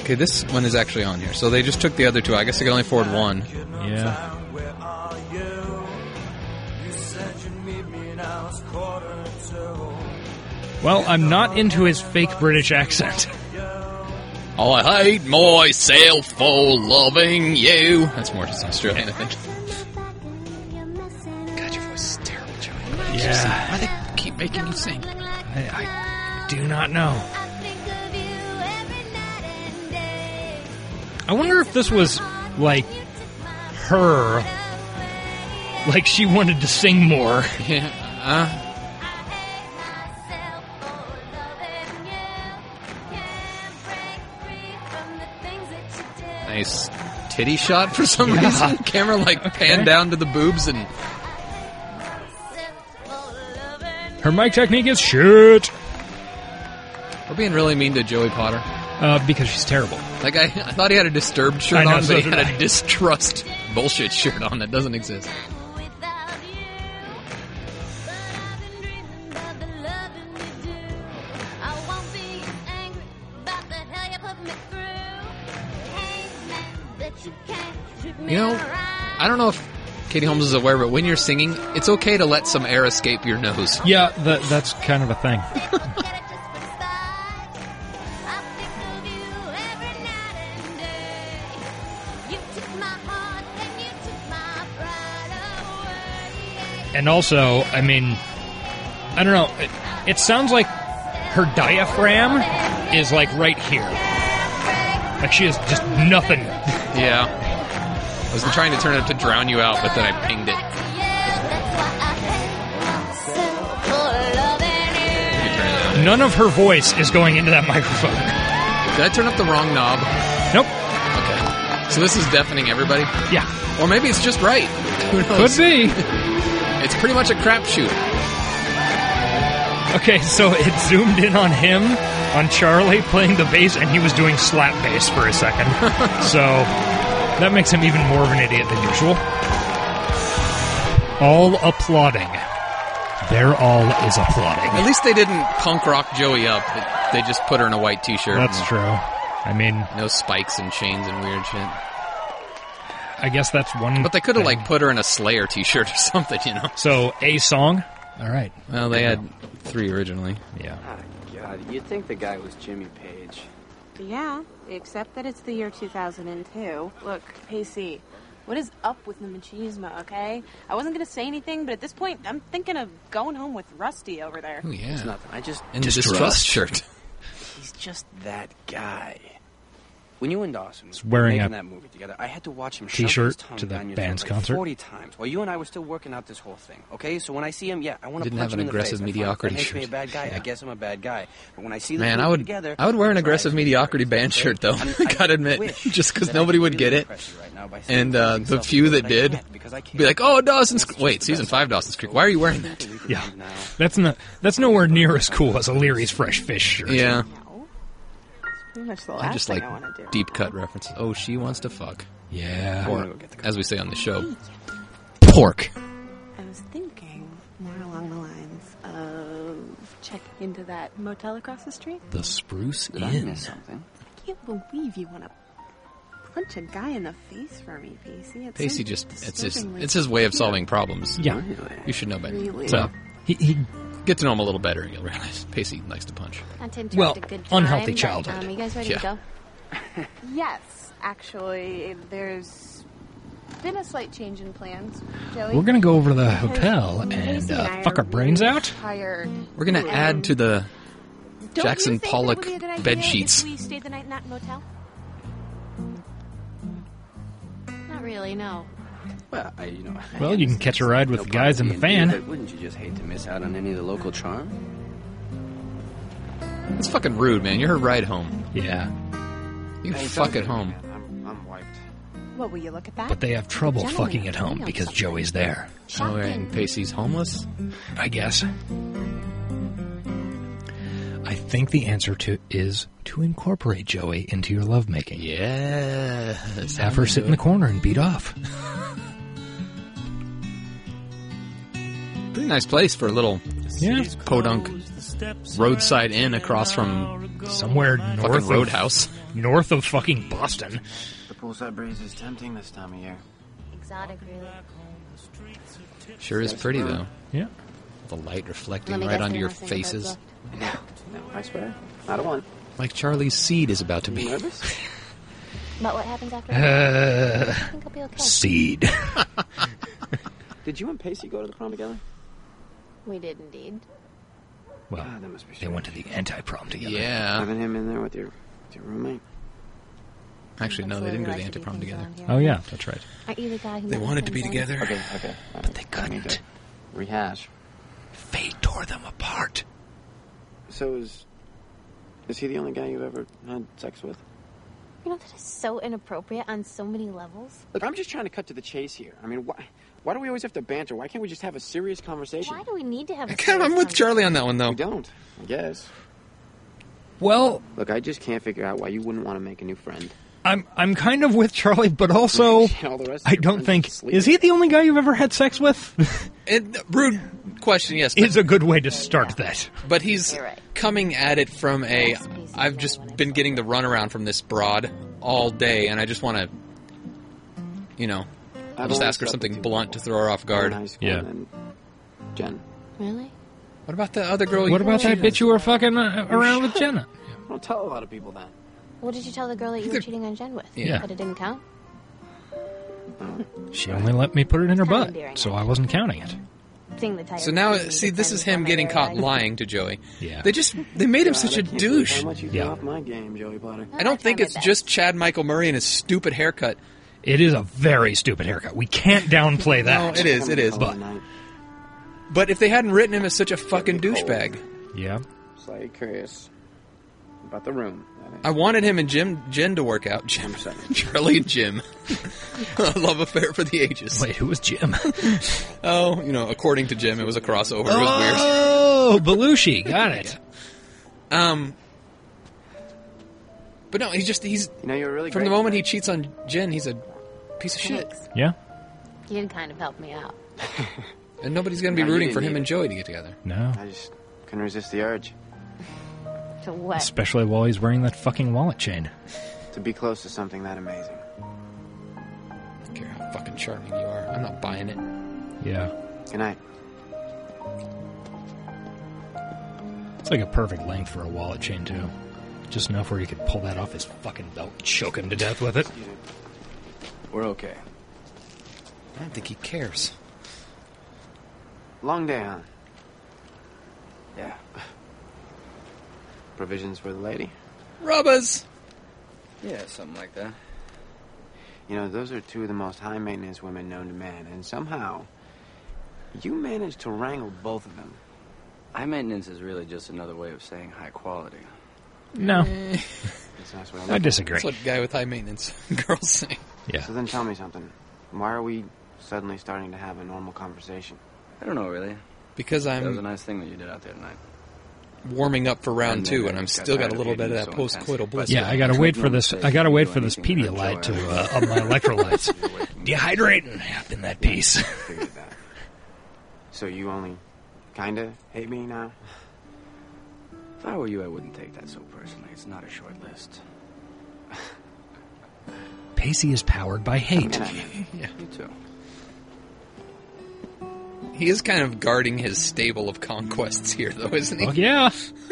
Speaker 3: Okay, this one is actually on here. So they just took the other two. I guess they could only afford one.
Speaker 2: Yeah. Well, I'm not into his fake British accent.
Speaker 3: I hate myself for loving you. That's more just Australian, <laughs> I think.
Speaker 12: God, your voice is terrible, Joey.
Speaker 2: Yeah.
Speaker 12: Why they keep making you sing?
Speaker 2: I, I do not know. I wonder if this was like her. Like she wanted to sing more.
Speaker 3: Yeah. Nice titty shot for some
Speaker 2: Yeah.
Speaker 3: reason. <laughs> Camera like panned down to the boobs and
Speaker 2: Her mic technique is shit.
Speaker 3: we're being really mean to Joey Potter.
Speaker 2: Uh, because she's terrible.
Speaker 3: Like I, I thought he had a disturbed
Speaker 2: I
Speaker 3: shirt
Speaker 2: know,
Speaker 3: on,
Speaker 2: so
Speaker 3: but he
Speaker 2: did
Speaker 3: had
Speaker 2: I.
Speaker 3: a distrust bullshit shirt on that doesn't exist. You know, I don't know if Katie Holmes is aware, but when you're singing, it's okay to let some air escape your
Speaker 2: <laughs>
Speaker 3: nose.
Speaker 2: Yeah, that, that's kind of a thing. And also, I mean, I don't know. It, it sounds like her diaphragm is like right here. Like she is just nothing.
Speaker 3: Yeah. I was trying to turn it up to drown you out, but then I pinged it.
Speaker 4: Oh,
Speaker 2: None of her voice is going into that microphone.
Speaker 3: Did I turn up the wrong knob?
Speaker 2: Nope.
Speaker 3: Okay. So this is deafening everybody?
Speaker 2: Yeah.
Speaker 3: Or maybe it's just right. Who knows?
Speaker 2: Could be.
Speaker 3: It's pretty much a crapshoot.
Speaker 2: Okay, so it zoomed in on him, on Charlie playing the bass, and he was doing slap bass for
Speaker 3: <laughs>
Speaker 2: a second. so that makes him even more of an idiot than usual. All applauding. Their all is applauding.
Speaker 3: At least they didn't punk rock Joey up. It- They just put her in a white t-shirt.
Speaker 2: That's
Speaker 3: and
Speaker 2: true. I mean,
Speaker 3: No spikes and chains and weird shit.
Speaker 2: I guess that's one.
Speaker 3: But they could have
Speaker 2: thing.
Speaker 3: like put her in a Slayer t-shirt or <laughs> something, you know.
Speaker 2: So a song. All right.
Speaker 3: Well, they had three originally.
Speaker 2: Yeah.
Speaker 10: God, you'd think the guy was Jimmy Page.
Speaker 6: Yeah, except that it's the year 2002. Look, Pacey, what is up with the machismo, okay? I wasn't going to say anything, but at this point, I'm thinking of going home with Rusty over there.
Speaker 3: Oh yeah.
Speaker 10: It's nothing. I just
Speaker 3: And the distrust <laughs> shirt.
Speaker 10: He's just that guy. When you and Dawson
Speaker 2: He's wearing
Speaker 10: were
Speaker 2: a
Speaker 10: making that movie together, I had to watch him shove his
Speaker 2: t-shirt
Speaker 10: tongue
Speaker 2: to the
Speaker 10: down your
Speaker 2: band's
Speaker 10: throat like
Speaker 2: concert.
Speaker 10: forty times while you and I were still working out this whole thing. Okay, so when I see him, yeah, I want to
Speaker 3: Didn't
Speaker 10: punch
Speaker 3: have
Speaker 10: him
Speaker 3: an
Speaker 10: in the
Speaker 3: aggressive
Speaker 10: face. I find-
Speaker 3: mediocrity
Speaker 10: That makes me a
Speaker 3: shirt.
Speaker 10: bad guy. I guess I'm a bad guy. But when I see the
Speaker 3: Man,
Speaker 10: two
Speaker 3: I
Speaker 10: of you
Speaker 3: would
Speaker 10: together,
Speaker 3: I would wear an
Speaker 10: it drives
Speaker 3: aggressive
Speaker 10: me
Speaker 3: mediocrity band shirt though. I <laughs> gotta admit,
Speaker 10: wish
Speaker 3: just because
Speaker 10: that I
Speaker 3: nobody
Speaker 10: could
Speaker 3: would
Speaker 10: really
Speaker 3: get it,
Speaker 10: impress you right now by saying
Speaker 3: and uh,
Speaker 10: something
Speaker 3: the
Speaker 10: selfish,
Speaker 3: few that
Speaker 10: but I
Speaker 3: did,
Speaker 10: can't because I can't.
Speaker 3: be like, "Oh, Dawson's wait, season five, Dawson's Creek. Why are you wearing that?"
Speaker 2: Yeah. That's not. That's nowhere near as cool as a Leary's Fresh Fish shirt.
Speaker 3: Yeah,
Speaker 6: Pretty much the
Speaker 3: I
Speaker 6: last
Speaker 3: just
Speaker 6: thing
Speaker 3: like
Speaker 6: I want to do.
Speaker 3: deep cut references. Oh, she wants to fuck.
Speaker 2: Yeah.
Speaker 3: Or as we say on the show, <laughs> pork.
Speaker 6: I was thinking more along the lines of checking into that motel across the street.
Speaker 2: The Spruce
Speaker 10: Did I
Speaker 2: Inn.
Speaker 10: miss something?
Speaker 6: I can't believe you want to punch a guy in the face for me, Pacey. It's so
Speaker 3: Pacey just it's just
Speaker 6: disturbingly
Speaker 3: it's his way of solving problems.
Speaker 2: Yeah.
Speaker 3: you should know better.
Speaker 6: Really?
Speaker 3: So
Speaker 2: he, he
Speaker 3: get to know him a little better, and you'll realize Pacey likes to punch.
Speaker 4: Not to interrupt
Speaker 3: Well,
Speaker 4: a good time,
Speaker 3: unhealthy
Speaker 4: but,
Speaker 3: childhood.
Speaker 4: um, you guys ready
Speaker 3: Yeah.
Speaker 4: to go?
Speaker 6: Yes, actually, there's been a slight change in plans, Joey.
Speaker 2: We're gonna go over to the
Speaker 6: Because
Speaker 2: hotel
Speaker 6: Casey
Speaker 2: and
Speaker 6: I
Speaker 2: uh, fuck
Speaker 6: are
Speaker 2: our brains
Speaker 6: really
Speaker 2: out.
Speaker 6: Tired.
Speaker 3: We're gonna
Speaker 6: and
Speaker 3: add to the
Speaker 6: don't you
Speaker 3: Jackson
Speaker 6: think that
Speaker 3: Pollock
Speaker 6: would be a good idea
Speaker 3: bed
Speaker 6: if
Speaker 3: sheets.
Speaker 6: we stayed the night in that motel.
Speaker 4: Not really, no.
Speaker 10: Well, I, you know.
Speaker 2: Well, you can catch a ride with the guys in the
Speaker 10: But
Speaker 2: van.
Speaker 10: wouldn't you just hate to miss out on any of the local charm?
Speaker 3: It's fucking rude, man. You're her ride home.
Speaker 2: Yeah.
Speaker 3: You
Speaker 10: Hey,
Speaker 3: fuck
Speaker 10: don't-
Speaker 3: at home. Oh,
Speaker 10: I'm, I'm wiped.
Speaker 6: Well, will you look at that?
Speaker 2: But they have trouble
Speaker 6: Gentlemen,
Speaker 2: fucking at
Speaker 6: we
Speaker 2: home
Speaker 6: are
Speaker 2: because Joey's there.
Speaker 3: Oh, and Pacey's homeless.
Speaker 2: I guess. I think the answer to is to incorporate Joey into your lovemaking.
Speaker 3: Yes.
Speaker 2: Have her sit in the corner and beat off.
Speaker 3: Pretty nice place for a little
Speaker 2: Yeah.
Speaker 3: podunk roadside inn across from
Speaker 2: Somewhere north
Speaker 3: fucking
Speaker 2: of-
Speaker 3: Roadhouse.
Speaker 2: North of fucking Boston.
Speaker 5: The poolside breeze is tempting this time of year.
Speaker 4: Exotic, really.
Speaker 3: Sure is pretty though.
Speaker 2: Yeah.
Speaker 3: The light
Speaker 4: Let
Speaker 3: reflecting
Speaker 4: me
Speaker 3: right
Speaker 4: guess,
Speaker 3: onto
Speaker 4: there
Speaker 3: your
Speaker 4: are no cigarettes
Speaker 3: faces,
Speaker 4: left.
Speaker 10: No, I swear. Not a one.
Speaker 3: like Charlie's seed is about to
Speaker 10: You
Speaker 3: be.
Speaker 10: nervous?
Speaker 4: But what
Speaker 3: <laughs>
Speaker 4: happens after
Speaker 2: Uh,
Speaker 4: that? I think I'll be okay.
Speaker 2: Seed.
Speaker 10: Did you and Pacey go to the prom together?
Speaker 4: We did indeed.
Speaker 2: Well,
Speaker 10: God, Ah, that must be
Speaker 2: they went to the anti prom together.
Speaker 3: Yeah.
Speaker 10: Having him in there with your, with your roommate.
Speaker 3: Actually, no, they didn't go to
Speaker 4: Absolutely
Speaker 3: the
Speaker 4: like to do
Speaker 3: antiprom together.
Speaker 4: things around here.
Speaker 2: Oh, yeah, that's right.
Speaker 4: Aren't you the guy who
Speaker 3: They
Speaker 4: met
Speaker 3: wanted to
Speaker 4: him
Speaker 3: be
Speaker 4: then?
Speaker 3: together.
Speaker 10: Okay, okay. But
Speaker 2: They
Speaker 10: I need
Speaker 2: couldn't.
Speaker 10: to rehash.
Speaker 2: Fate tore them apart.
Speaker 10: So is is he the only guy you've ever had sex with?
Speaker 4: You know, that is so inappropriate on so many levels.
Speaker 10: Look, I'm just trying to cut to the chase here. I mean, why why do we always have to banter? Why can't we just have a serious conversation?
Speaker 4: Why do we need to have a
Speaker 3: God, I'm
Speaker 4: serious
Speaker 3: with Charlie on that one though.
Speaker 10: We don't. I guess.
Speaker 2: Well,
Speaker 10: Look, I just can't figure out why you wouldn't want to make a new friend.
Speaker 2: I'm I'm kind of with Charlie, but also
Speaker 10: <laughs> All the rest of
Speaker 2: I
Speaker 10: your
Speaker 2: don't
Speaker 10: friends
Speaker 2: think
Speaker 10: sleep.
Speaker 2: is he the only guy you've ever had sex with?
Speaker 3: And rude question, yes, but,
Speaker 2: is a good way to start that.
Speaker 3: but he's coming at it from a. I've just been getting the runaround from this broad all day, and I just want to you know,
Speaker 5: I've always
Speaker 3: just ask her
Speaker 5: felt
Speaker 3: something
Speaker 5: that
Speaker 3: blunt to throw her off guard.
Speaker 5: In high school Yeah. and Jen.
Speaker 9: Really?
Speaker 3: What about the other girl?
Speaker 2: What about that bitch you were fucking uh, around with Jenna?
Speaker 5: I don't tell a lot of people that.
Speaker 4: What did you tell the girl that you were cheating on Jen with?
Speaker 2: Yeah.
Speaker 4: That it didn't count?
Speaker 2: She only let me put it in her
Speaker 4: Kinda
Speaker 2: butt,
Speaker 4: endearing,
Speaker 2: so I wasn't counting it.
Speaker 4: Seeing the title.
Speaker 3: So now, see, this is him getting caught lying to Joey.
Speaker 2: Yeah.
Speaker 3: They just they made him such a
Speaker 5: I can't believe
Speaker 3: douche.
Speaker 5: How much you yeah. off my game, Joey Potter?
Speaker 3: I don't think it's just Chad Michael Murray and his stupid haircut.
Speaker 2: It is a very stupid haircut. We can't downplay that.
Speaker 3: No, it is. It is. But but if they hadn't written him as such a fucking douchebag,
Speaker 2: yeah.
Speaker 5: Slightly curious about the room. that is.
Speaker 3: I wanted him and Jim Jen to work out. Jim, <laughs> Charlie and Jim. <laughs> Love affair for the ages.
Speaker 2: Wait, who was Jim?
Speaker 3: oh, you know, according to Jim, it was a crossover. It was weird.
Speaker 2: Oh, Belushi, got it.
Speaker 3: Um, but no, he's just he's
Speaker 5: you know you're really
Speaker 3: from the
Speaker 5: great.
Speaker 3: moment he cheats on Jen, he's a piece of shit,
Speaker 2: Yeah.
Speaker 4: You did kind of help me out.
Speaker 3: and nobody's gonna be
Speaker 5: No, you
Speaker 3: rooting
Speaker 5: didn't
Speaker 3: for him
Speaker 5: need
Speaker 3: and Joey to get together.
Speaker 2: No.
Speaker 5: I just couldn't resist the urge
Speaker 4: To what?
Speaker 2: Especially while he's wearing that fucking wallet chain.
Speaker 5: to be close to something that amazing.
Speaker 3: I don't care how fucking charming you are. I'm not buying it.
Speaker 2: Yeah.
Speaker 5: Good night.
Speaker 2: It's like a perfect length for a wallet chain, too. Just enough where you could pull that off his fucking belt, choke him to death with it.
Speaker 5: We're okay.
Speaker 3: I don't think he cares.
Speaker 5: Long day, huh? Yeah. <sighs> Provisions for the lady.
Speaker 3: Rubbers.
Speaker 10: Yeah, something like that.
Speaker 5: You know, those are two of the most high maintenance women known to man, and somehow you managed to wrangle both of them.
Speaker 10: High maintenance is really just another way of saying high quality.
Speaker 2: No.
Speaker 5: That's not what I'm
Speaker 2: I disagree.
Speaker 3: That's what guy with high maintenance <laughs> girls say.
Speaker 2: Yeah.
Speaker 5: So then tell me something. Why are we suddenly starting to have a normal conversation?
Speaker 10: I don't know, really.
Speaker 3: Because
Speaker 10: that was a
Speaker 3: I'm
Speaker 10: nice thing that you did out there tonight.
Speaker 3: warming up for round
Speaker 10: And then
Speaker 3: two,
Speaker 10: I
Speaker 3: and I'm
Speaker 10: got
Speaker 3: still got
Speaker 10: tired
Speaker 3: a
Speaker 10: of
Speaker 3: little bit of
Speaker 10: hating
Speaker 3: that
Speaker 10: so
Speaker 3: post-coital
Speaker 10: intensely.
Speaker 3: bliss.
Speaker 2: Yeah, I gotta wait for this. I gotta wait for this Pedialyte to uh,
Speaker 3: <laughs>
Speaker 2: up my electrolytes. Dehydrating up in that piece.
Speaker 5: Figured
Speaker 10: <laughs>
Speaker 5: that. So you only kinda hate me now?
Speaker 10: If I were you, I wouldn't take that so personally. It's not a short list.
Speaker 2: Pacey is powered by hate.
Speaker 10: Yeah, you too.
Speaker 3: He is kind of guarding his stable of conquests here, though, isn't he?
Speaker 2: Fuck yeah. <laughs>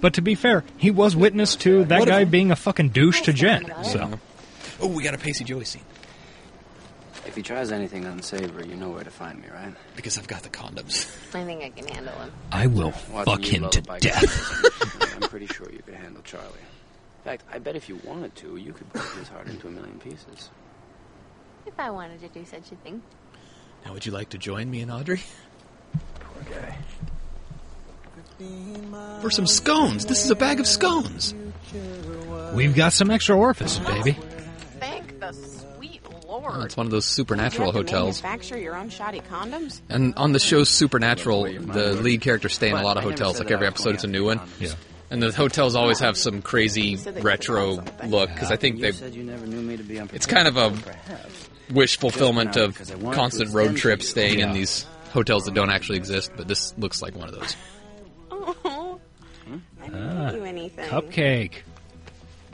Speaker 2: But to be fair, he was witness to that
Speaker 3: What if-
Speaker 2: guy being a fucking douche to Jen. So
Speaker 3: Oh, we got a Pacey Joey scene
Speaker 10: If he tries anything unsavory, you know where to find me, right?
Speaker 3: because I've got the condoms.
Speaker 4: I think I can handle him.
Speaker 2: I will
Speaker 10: Watching
Speaker 2: fuck
Speaker 10: you
Speaker 2: him to
Speaker 10: lullaby
Speaker 2: death.
Speaker 10: girls, I'm pretty sure you could handle Charlie. In fact, I bet if you wanted to, you could break his heart into a million pieces.
Speaker 4: If I wanted to do such a thing.
Speaker 3: Now, would you like to join me and Audrey
Speaker 10: Okay.
Speaker 3: for some scones? This is a bag of scones.
Speaker 2: We've got some extra
Speaker 3: <laughs>
Speaker 2: orifice, baby.
Speaker 6: Thank the sweet lord.
Speaker 3: Oh, it's one of those
Speaker 6: You
Speaker 3: supernatural
Speaker 6: have to
Speaker 3: hotels.
Speaker 6: Manufacture your own shoddy condoms. <laughs>
Speaker 3: And on the show Supernatural, the lead characters stay in a lot of hotels. Like every episode, it's a new one.
Speaker 2: Yeah.
Speaker 3: And the hotels always have some crazy retro look because I think
Speaker 10: you
Speaker 3: they
Speaker 10: said you never knew me to be
Speaker 3: It's kind of a wish fulfillment of
Speaker 10: because I wanted to
Speaker 3: constant
Speaker 10: extend
Speaker 3: road
Speaker 10: to
Speaker 3: trips
Speaker 10: you.
Speaker 3: staying in
Speaker 2: Yeah.
Speaker 3: these hotels that don't actually exist, but this looks like one of those.
Speaker 6: Oh, I didn't
Speaker 2: Ah,
Speaker 6: give you anything.
Speaker 2: Cupcake.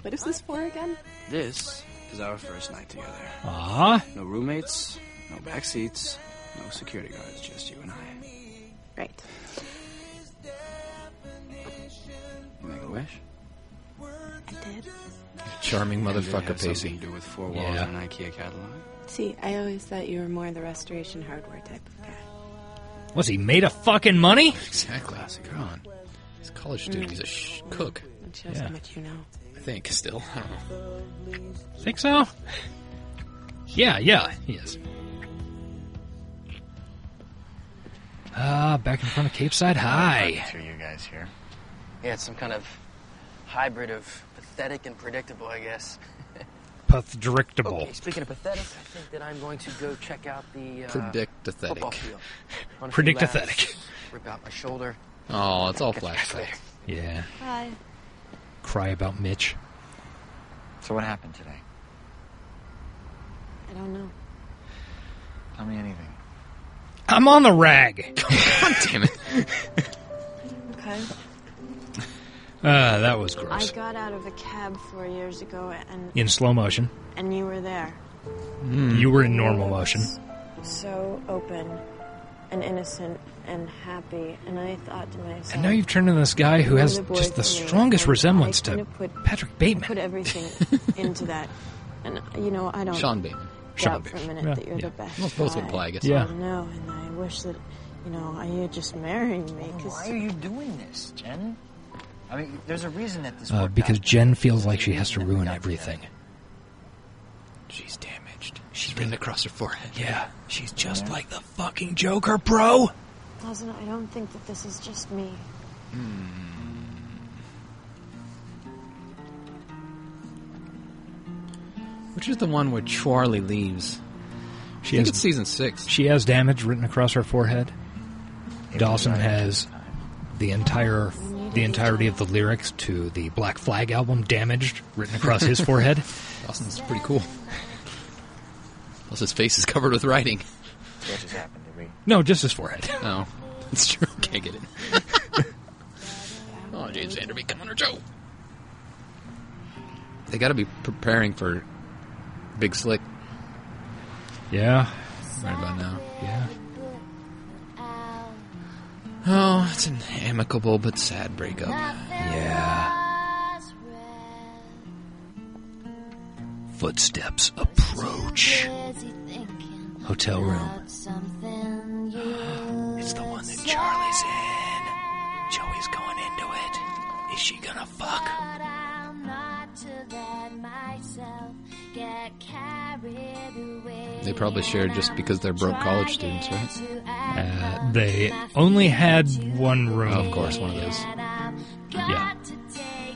Speaker 6: What is this for again?
Speaker 10: This is our first night together.
Speaker 2: Ah,
Speaker 10: No roommates, no back seats, no security guards, just you and I.
Speaker 6: Right.
Speaker 10: You make a wish?
Speaker 6: I did.
Speaker 3: Charming
Speaker 10: And did it have
Speaker 3: motherfucker,
Speaker 10: something
Speaker 3: Pacey.
Speaker 10: to do with four walls
Speaker 2: Yeah.
Speaker 10: and an IKEA catalog?
Speaker 6: See, I always thought you were more the restoration hardware type of guy.
Speaker 2: was he made of fucking money?
Speaker 3: Exactly.
Speaker 10: Classic Ron.
Speaker 3: He's a college student. He's a sh- cook,
Speaker 6: It shows
Speaker 2: Yeah.
Speaker 6: how much you know.
Speaker 3: I think, still. I don't know.
Speaker 2: Think so? Yeah, yeah, he is. Ah, back in front of Cape Side High.
Speaker 14: Through you guys here.
Speaker 12: Yeah, it's some kind of hybrid of pathetic and predictable, I guess.
Speaker 2: Pathdrictable.
Speaker 12: Okay, speaking of pathetic, I think that I'm going to go check out the uh,
Speaker 3: Predictathetic.
Speaker 12: football field. Run a few
Speaker 2: Predictathetic.
Speaker 12: laps, Rip out my shoulder.
Speaker 3: Oh, it's all
Speaker 12: Get the
Speaker 3: flashbacks. <laughs>
Speaker 12: calculator.
Speaker 2: Yeah.
Speaker 6: Hi.
Speaker 2: Cry about Mitch.
Speaker 14: So what happened today?
Speaker 4: I don't know.
Speaker 14: Tell me anything.
Speaker 2: I'm on the rag.
Speaker 3: God damn it.
Speaker 6: Okay.
Speaker 2: <laughs> Ah, that was gross.
Speaker 6: I got out of a cab four years ago and
Speaker 2: In slow motion.
Speaker 6: and you were there.
Speaker 2: You were in normal motion.
Speaker 6: So open and innocent and happy, and I thought to myself.
Speaker 2: And now you've turned into this guy who has
Speaker 6: I'm boy
Speaker 2: just the
Speaker 6: from New
Speaker 2: strongest
Speaker 6: York.
Speaker 2: resemblance
Speaker 6: I kinda
Speaker 2: to
Speaker 6: put,
Speaker 2: Patrick Bateman.
Speaker 6: I put everything
Speaker 2: <laughs>
Speaker 6: into that, and you know I don't.
Speaker 3: Sean Bateman.
Speaker 6: Doubt
Speaker 3: Sean
Speaker 6: for a
Speaker 3: Bateman.
Speaker 6: minute
Speaker 3: Yeah,
Speaker 6: that you're
Speaker 3: yeah.
Speaker 6: the best.
Speaker 3: Well, both
Speaker 6: guy.
Speaker 3: imply, I guess.
Speaker 6: I
Speaker 3: Yeah.
Speaker 6: don't know, and I wish that you know I- you just marrying me. Cause
Speaker 14: Why are you doing this, Jen? I mean, there's a reason that this
Speaker 2: Uh,
Speaker 14: worked
Speaker 2: because
Speaker 14: out.
Speaker 2: Jen feels like she has to ruin everything.
Speaker 12: She's damaged. <laughs> She's written across her forehead.
Speaker 2: Yeah, she's just
Speaker 12: Yeah.
Speaker 2: like the fucking Joker, bro.
Speaker 6: Doesn't I don't think that this is just me.
Speaker 3: Which is the one where Charlie leaves?
Speaker 2: She
Speaker 3: I think
Speaker 2: has-
Speaker 3: it's season six.
Speaker 2: She has damage written across her forehead. Dawson has the entire the entirety of the lyrics to the Black Flag album "Damaged" written
Speaker 3: <laughs>
Speaker 2: across his forehead.
Speaker 3: Dawson's pretty cool. Plus, his face is covered with writing.
Speaker 14: What just happened to me?
Speaker 2: No, just his forehead.
Speaker 3: Oh, <laughs> it's true. Can't get it. <laughs> oh, James Vanderbeek, come on, or Joe. They got to be preparing for Big Slick
Speaker 2: Yeah,
Speaker 3: right about now.
Speaker 2: yeah.
Speaker 3: Oh, it's an amicable but sad breakup.
Speaker 2: Yeah. Footsteps approach. Hotel room. It's the one that Charlie's in. Joey's going into it. Is she gonna fuck?
Speaker 3: They probably shared just because they're broke college students, right?
Speaker 2: Uh, they only had one room.
Speaker 3: of course, one of those.
Speaker 2: Yeah.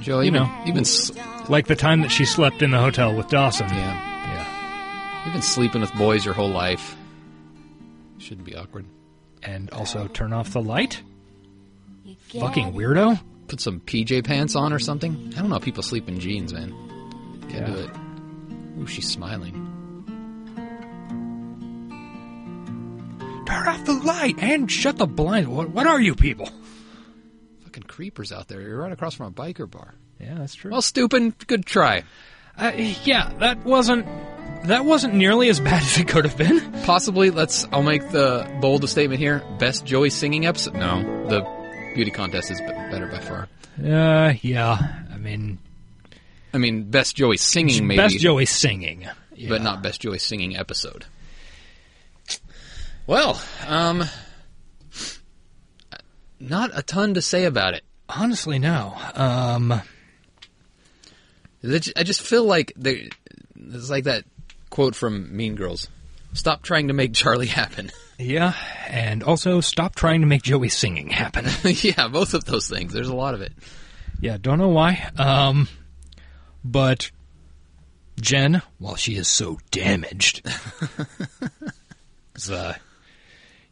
Speaker 3: Joey,
Speaker 2: you know,
Speaker 3: you've been s-
Speaker 2: like the time that she slept in the hotel with Dawson.
Speaker 3: Yeah. You've been sleeping with boys your whole life. Shouldn't be awkward.
Speaker 2: And also turn off the light? Fucking weirdo.
Speaker 3: Put some PJ pants on or something. I don't know. how People sleep in jeans, man. Can't do it. Ooh, she's smiling.
Speaker 2: Turn off the light and shut the blinds. What, what are you people?
Speaker 3: Fucking creepers out there. You're right across from a biker bar.
Speaker 2: Yeah, that's true.
Speaker 3: Well, stupid. Good try.
Speaker 2: Uh, yeah, that wasn't that wasn't nearly as bad <laughs> as it could have been.
Speaker 3: Possibly. Let's. I'll make the boldest statement here. Best Joey singing episode. No, the beauty contest is b- better by far.
Speaker 2: Uh, yeah. I mean,
Speaker 3: I mean, best Joey singing maybe.
Speaker 2: best Joey singing.
Speaker 3: but not best Joey singing episode. Well, um, not a ton to say about it.
Speaker 2: Honestly, no. Um,
Speaker 3: I ju- I just feel like they- it's like that quote from Mean Girls: "Stop trying to make Charlie happen." <laughs>
Speaker 2: Yeah, and also stop trying to make Joey singing happen. <laughs>
Speaker 3: yeah, both of those things. There's a lot of it.
Speaker 2: yeah, don't know why. Um, but Jen, while she is so damaged, is, <laughs> uh,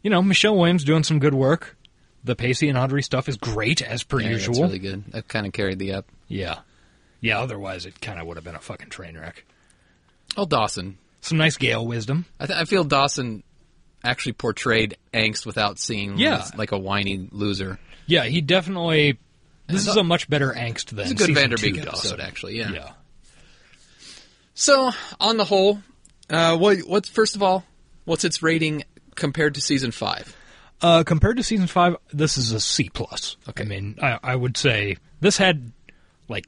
Speaker 2: you know, Michelle Williams doing some good work. The Pacey and Audrey stuff is great as per
Speaker 3: Yeah, that's
Speaker 2: usual.
Speaker 3: really good. That kind of carried the up.
Speaker 2: Yeah. Yeah, otherwise it kind of would have been a fucking train wreck.
Speaker 3: Oh, Dawson.
Speaker 2: Some nice Gale wisdom.
Speaker 3: I, th- I feel Dawson actually portrayed angst without seeming
Speaker 2: Yeah.
Speaker 3: like a whiny loser.
Speaker 2: Yeah, he definitely. This
Speaker 3: Yeah,
Speaker 2: is a much better angst than
Speaker 3: It's a good
Speaker 2: season
Speaker 3: Vanderbeek
Speaker 2: two
Speaker 3: episode,
Speaker 2: Dawson.
Speaker 3: actually. Yeah.
Speaker 2: Yeah.
Speaker 3: So, on the whole, uh, what, what's first of all, what's its rating compared to season five?
Speaker 2: Uh, compared to season five, this is a C plus. Okay. I mean, I, I would say this had like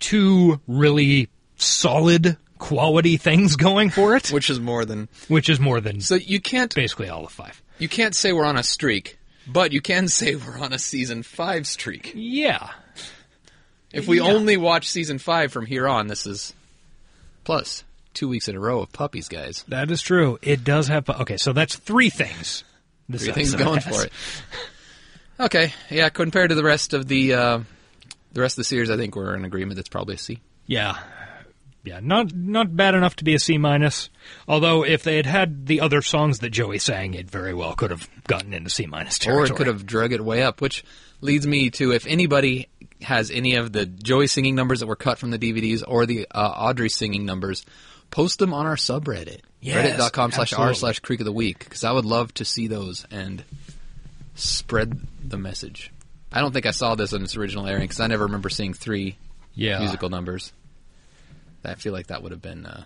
Speaker 2: two really solid quality things going for <laughs> it,
Speaker 3: which is more than
Speaker 2: which is more than
Speaker 3: so you can't
Speaker 2: basically all of five.
Speaker 3: you can't say we're on a streak, but you can say we're on a season five streak.
Speaker 2: Yeah,
Speaker 3: If we
Speaker 2: Yeah.
Speaker 3: only watch season five from here on, this is plus two weeks in a row of puppies, guys.
Speaker 2: that is true. It does have okay. So that's three things. This
Speaker 3: Three things
Speaker 2: episode
Speaker 3: going
Speaker 2: has.
Speaker 3: for it. <laughs> Okay, yeah. Compared to the rest of the uh, the rest of the series, I think we're in agreement. That's probably a C.
Speaker 2: Yeah. Yeah, not not bad enough to be a C minus. Although if they had had the other songs that Joey sang, it very well could have gotten into C minus territory.
Speaker 3: Or it could have drug it way up, which leads me to if anybody has any of the Joey singing numbers that were cut from the DVDs or the uh, Audrey singing numbers, post them on our subreddit.
Speaker 2: Yes,
Speaker 3: Reddit.com slash r
Speaker 2: absolutely.
Speaker 3: slash creek of the week, because I would love to see those and spread the message. I don't think I saw this in its original airing because I never remember seeing three
Speaker 2: Yeah.
Speaker 3: musical numbers. I feel like that would have been uh,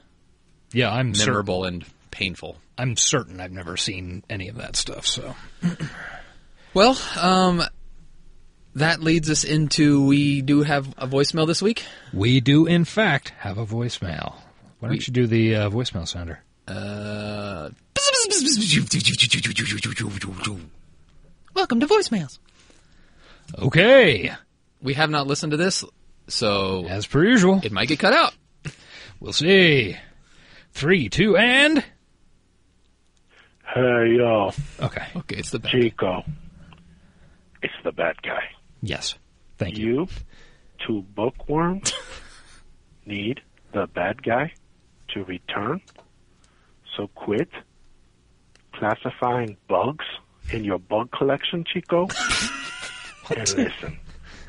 Speaker 2: Yeah, I'm
Speaker 3: memorable and painful.
Speaker 2: I'm certain I've never seen any of that stuff. So
Speaker 3: Well, um, that leads us into we do have a voicemail this week.
Speaker 2: we do, in fact, have a voicemail. Why don't
Speaker 3: We-
Speaker 2: you do the uh, voicemail sounder?
Speaker 3: Uh,
Speaker 15: Welcome to voicemails.
Speaker 2: okay.
Speaker 3: We have not listened to this, so
Speaker 2: as per usual,
Speaker 3: it might get cut out.
Speaker 2: We'll see. Three, two, and
Speaker 16: Hey, yo.
Speaker 2: Okay.
Speaker 3: Okay, it's the bad
Speaker 16: Chico. It's the bad guy.
Speaker 2: yes. Thank
Speaker 16: you. You, two bookworms, need the bad guy to return. So quit classifying bugs in your bug collection, Chico, and listen.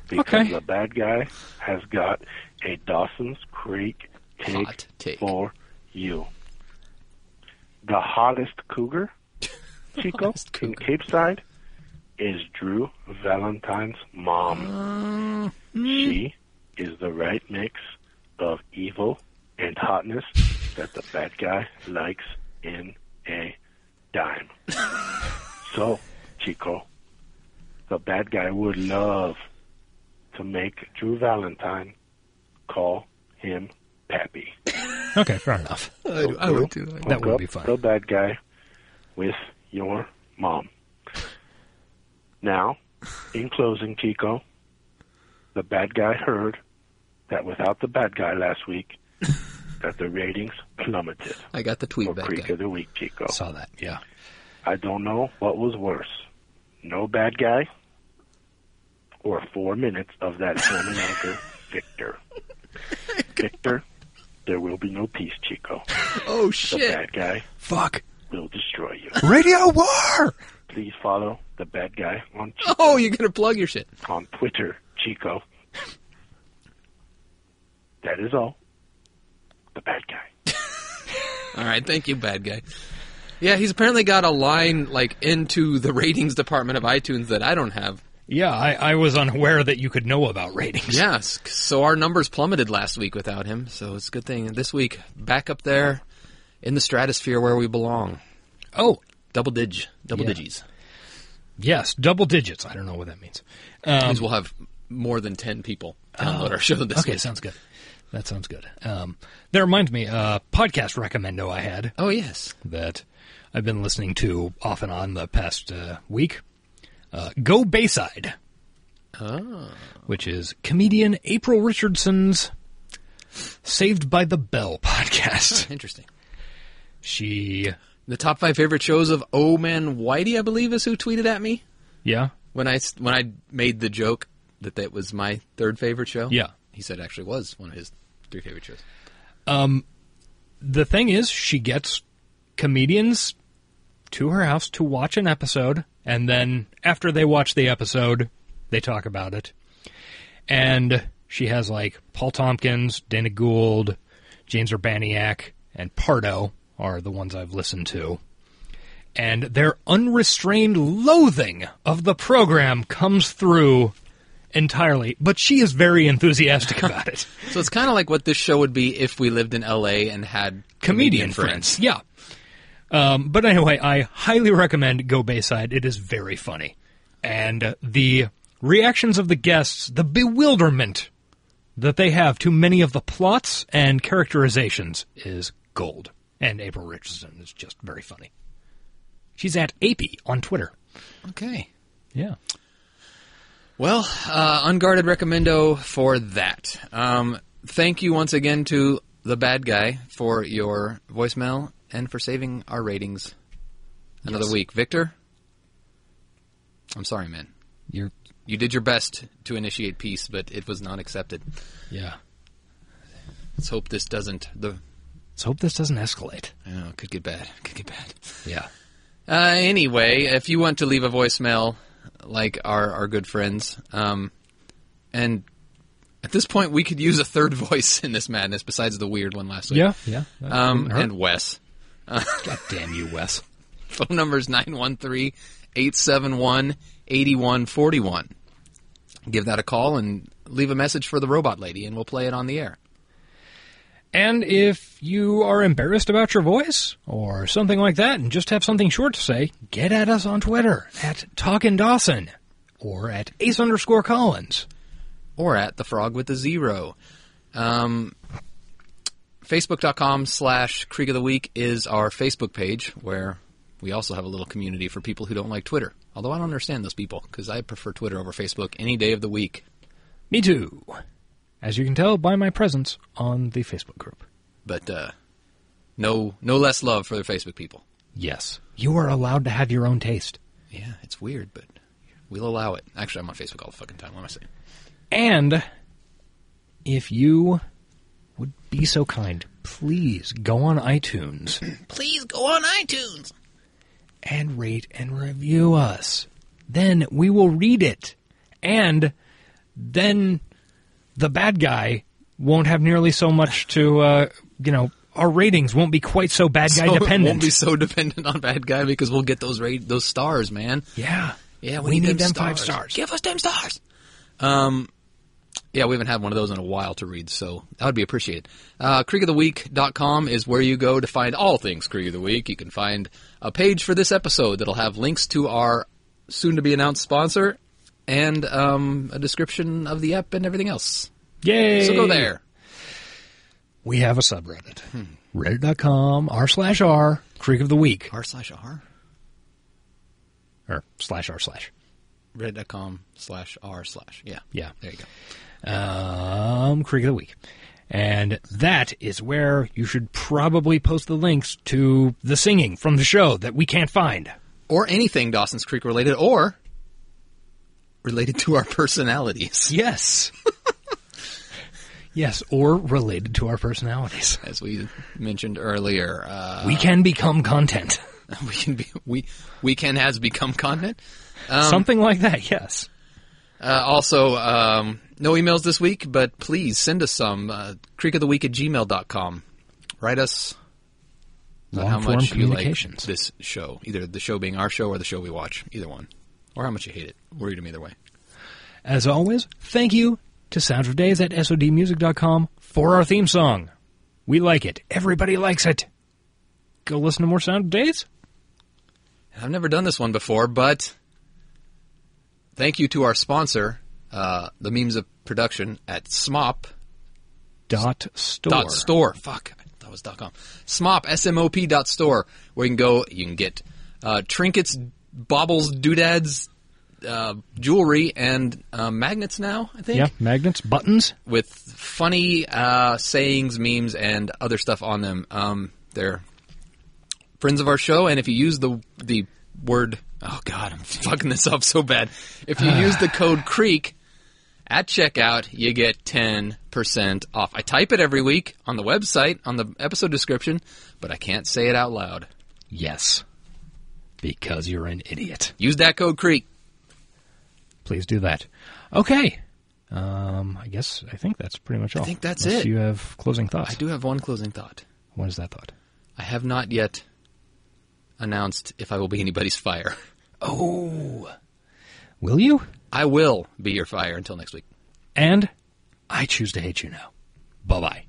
Speaker 16: Because the bad guy has got a Dawson's Creek take, for you. The hottest cougar, Chico, in Cape Side is Drew Valentine's mom. She is the right mix of evil and hotness that the bad guy likes in a dime. <laughs> so, Chico, the bad guy would love to make Drew Valentine call him Pappy.
Speaker 2: Okay, fair enough.
Speaker 16: So Drew,
Speaker 2: That
Speaker 16: hook
Speaker 2: would
Speaker 16: up
Speaker 2: be fun.
Speaker 16: The bad guy with your mom. Now, in closing, Chico, the bad guy heard that without the bad guy last week,
Speaker 3: <laughs>
Speaker 16: that the ratings plummeted.
Speaker 3: I got the tweet
Speaker 16: for
Speaker 3: bad
Speaker 16: Creek
Speaker 3: guy.
Speaker 16: of the week, Chico.
Speaker 2: Saw that. Yeah.
Speaker 16: I don't know what was worse, no bad guy, or four minutes of that German
Speaker 3: <laughs>
Speaker 16: anchor, Victor. Victor, there will be no peace, Chico.
Speaker 3: Oh
Speaker 16: The
Speaker 3: shit.
Speaker 16: bad guy.
Speaker 2: Fuck.
Speaker 16: Will destroy you.
Speaker 2: Radio war.
Speaker 16: Please follow the bad guy on
Speaker 3: Oh, you're gonna plug your shit
Speaker 16: on Twitter, Chico. That is all. The bad guy.
Speaker 3: All right, thank you, bad guy. Yeah, he's apparently got a line like into the ratings department of iTunes that I don't have.
Speaker 2: Yeah, I, I was unaware that you could know about ratings.
Speaker 3: Yes, so our numbers plummeted last week without him. So it's a good thing this week back up there in the stratosphere where we belong.
Speaker 2: Oh,
Speaker 3: double dig, double
Speaker 2: Yeah.
Speaker 3: digis.
Speaker 2: Yes, double digits. I don't know what that means. Um,
Speaker 3: means we'll have more than ten people download
Speaker 2: Oh,
Speaker 3: our show this
Speaker 2: okay,
Speaker 3: week.
Speaker 2: sounds good. That sounds good. Um, that reminds me, uh, podcast recommendo I had.
Speaker 3: Oh yes,
Speaker 2: that I've been listening to off and on the past uh, week. Uh, Go Bayside,
Speaker 3: Oh.
Speaker 2: which is comedian April Richardson's Saved by the Bell <laughs> podcast.
Speaker 3: Interesting.
Speaker 2: She
Speaker 3: the top five favorite shows of Oh Man Whitey, I believe, is who tweeted at me.
Speaker 2: Yeah.
Speaker 3: when I s- when I made the joke that that was my third favorite show.
Speaker 2: Yeah.
Speaker 3: he said it actually was one of his three favorite shows.
Speaker 2: Um, the thing is, she gets comedians to her house to watch an episode, and then after they watch the episode, they talk about it. And she has like Paul Tompkins, Dana Gould, James Urbaniak, and Pardo are the ones I've listened to. And their unrestrained loathing of the program comes through entirely, but she is very enthusiastic about it.
Speaker 3: So it's kind of like what this show would be if we lived in L.A. and had
Speaker 2: comedian friends. Yeah. Um, but anyway, I highly recommend Go Bayside. It is very funny. And uh, the reactions of the guests, the bewilderment that they have to many of the plots and characterizations is gold. And April Richardson is just very funny. She's at AP on Twitter.
Speaker 3: Okay.
Speaker 2: Yeah.
Speaker 3: Well, uh, unguarded recommendo for that. Um, thank you once again to the bad guy for your voicemail and for saving our ratings another
Speaker 2: Yes.
Speaker 3: week, Victor. I'm sorry, man.
Speaker 2: You're
Speaker 3: You did your best to initiate peace, but it was not accepted.
Speaker 2: Yeah.
Speaker 3: Let's hope this doesn't. The
Speaker 2: Let's hope this doesn't escalate.
Speaker 3: oh, it could get bad. It could get bad.
Speaker 2: Yeah.
Speaker 3: Uh, anyway, if you want to leave a voicemail, like our our good friends, um, and at this point we could use a third <laughs> voice in this madness besides the weird one last week.
Speaker 2: Yeah, yeah, that
Speaker 3: Um,
Speaker 2: wouldn't hurt.
Speaker 3: and Wes. God
Speaker 2: damn you, Wes.
Speaker 3: Phone number's 913 871 8141. give that a call and leave a message for the robot lady, and we'll play it on the air.
Speaker 2: And if you are embarrassed about your voice or something like that and just have something short to say, get at us on Twitter at Talkin' Dawson or at Ace underscore Collins.
Speaker 3: Or at The Frog with the Zero. Um, Facebook.com slash Creek of the Week is our Facebook page where we also have a little community for people who don't like Twitter. Although I don't understand those people because I prefer Twitter over Facebook any day of the week.
Speaker 2: Me too. As you can tell by my presence on the Facebook group.
Speaker 3: But uh, no, no less love for the Facebook people.
Speaker 2: Yes. You are allowed to have your own taste.
Speaker 3: Yeah, it's weird, but we'll allow it. Actually, I'm on Facebook all the fucking time. What am I saying?
Speaker 2: And if you would be so kind, please go on iTunes
Speaker 3: Please go on iTunes.
Speaker 2: and rate and review us. Then we will read it. And then the bad guy won't have nearly so much to, uh, you know, our ratings won't be quite so bad
Speaker 3: <laughs>
Speaker 2: guy
Speaker 3: So it
Speaker 2: dependent.
Speaker 3: Won't be so dependent on bad guy because we'll get those ra- those stars, man.
Speaker 2: Yeah.
Speaker 3: Yeah,
Speaker 2: We need
Speaker 3: them
Speaker 2: them five stars.
Speaker 3: Give us them stars. Um, yeah, we haven't had one of those in a while to read, so that would be appreciated. Uh, creekoftheweek.com is where you go to find all things Creek of the Week. You can find a page for this episode that'll have links to our soon to be announced sponsor and um, a description of the app and everything else.
Speaker 2: Yay!
Speaker 3: So go there. Hmm.
Speaker 2: We have a subreddit. Reddit.com r slash r Creek of the Week.
Speaker 3: R slash R?
Speaker 2: Or slash r slash.
Speaker 3: Reddit.com slash R slash. Yeah.
Speaker 2: Yeah.
Speaker 3: There you go.
Speaker 2: Um, Creek of the Week. And that is where you should probably post the links to the singing from the show that we can't find.
Speaker 3: Or anything Dawson's Creek related or related to our <laughs> personalities. <laughs>
Speaker 2: Yes. Yes, or related to our personalities.
Speaker 3: As we mentioned earlier, uh, <laughs>
Speaker 2: we can become content.
Speaker 3: we can be we we can has become content. Um,
Speaker 2: Something like that, yes.
Speaker 3: Uh, also, um, no emails this week, but please send us some. Uh, creek of the week at gmail.com. Write us about how
Speaker 2: Long-form
Speaker 3: much you like
Speaker 2: communications.
Speaker 3: this show, either the show being our show or the show we watch, either one, or how much you hate it. We'll read them either way.
Speaker 2: As always, thank you to Sounds of Days at SODmusic.com for our theme song. We like it. Everybody likes it. Go listen to more Sound of Days.
Speaker 3: I've never done this one before, but thank you to our sponsor, uh, the Memes of Production at SMOP.
Speaker 2: Dot store.
Speaker 3: Dot store. Fuck, that was dot com. SMOP, S-M-O-P dot store, where you can go, you can get uh, trinkets, baubles, doodads, uh, jewelry, and uh, magnets now, I think
Speaker 2: Yeah, magnets, buttons.
Speaker 3: with funny uh, sayings, memes, and other stuff on them. Um, they're friends of our show, and if you use the the word, oh god, I'm <laughs> fucking this up so bad. If you use the code Creek at checkout, you get ten percent off. I type it every week on the website on the episode description, but I can't say it out loud.
Speaker 2: Yes. Because you're an idiot.
Speaker 3: Use that code Creek.
Speaker 2: Please do that. Okay. Um, I guess I think that's pretty much all.
Speaker 3: think that's
Speaker 2: Unless
Speaker 3: it.
Speaker 2: You have closing thoughts.
Speaker 3: I do have one closing thought.
Speaker 2: What is that thought?
Speaker 3: I have not yet announced if I will be anybody's fire.
Speaker 2: Oh. Will you?
Speaker 3: I will be your fire until next week.
Speaker 2: And I choose to hate you now. Bye bye.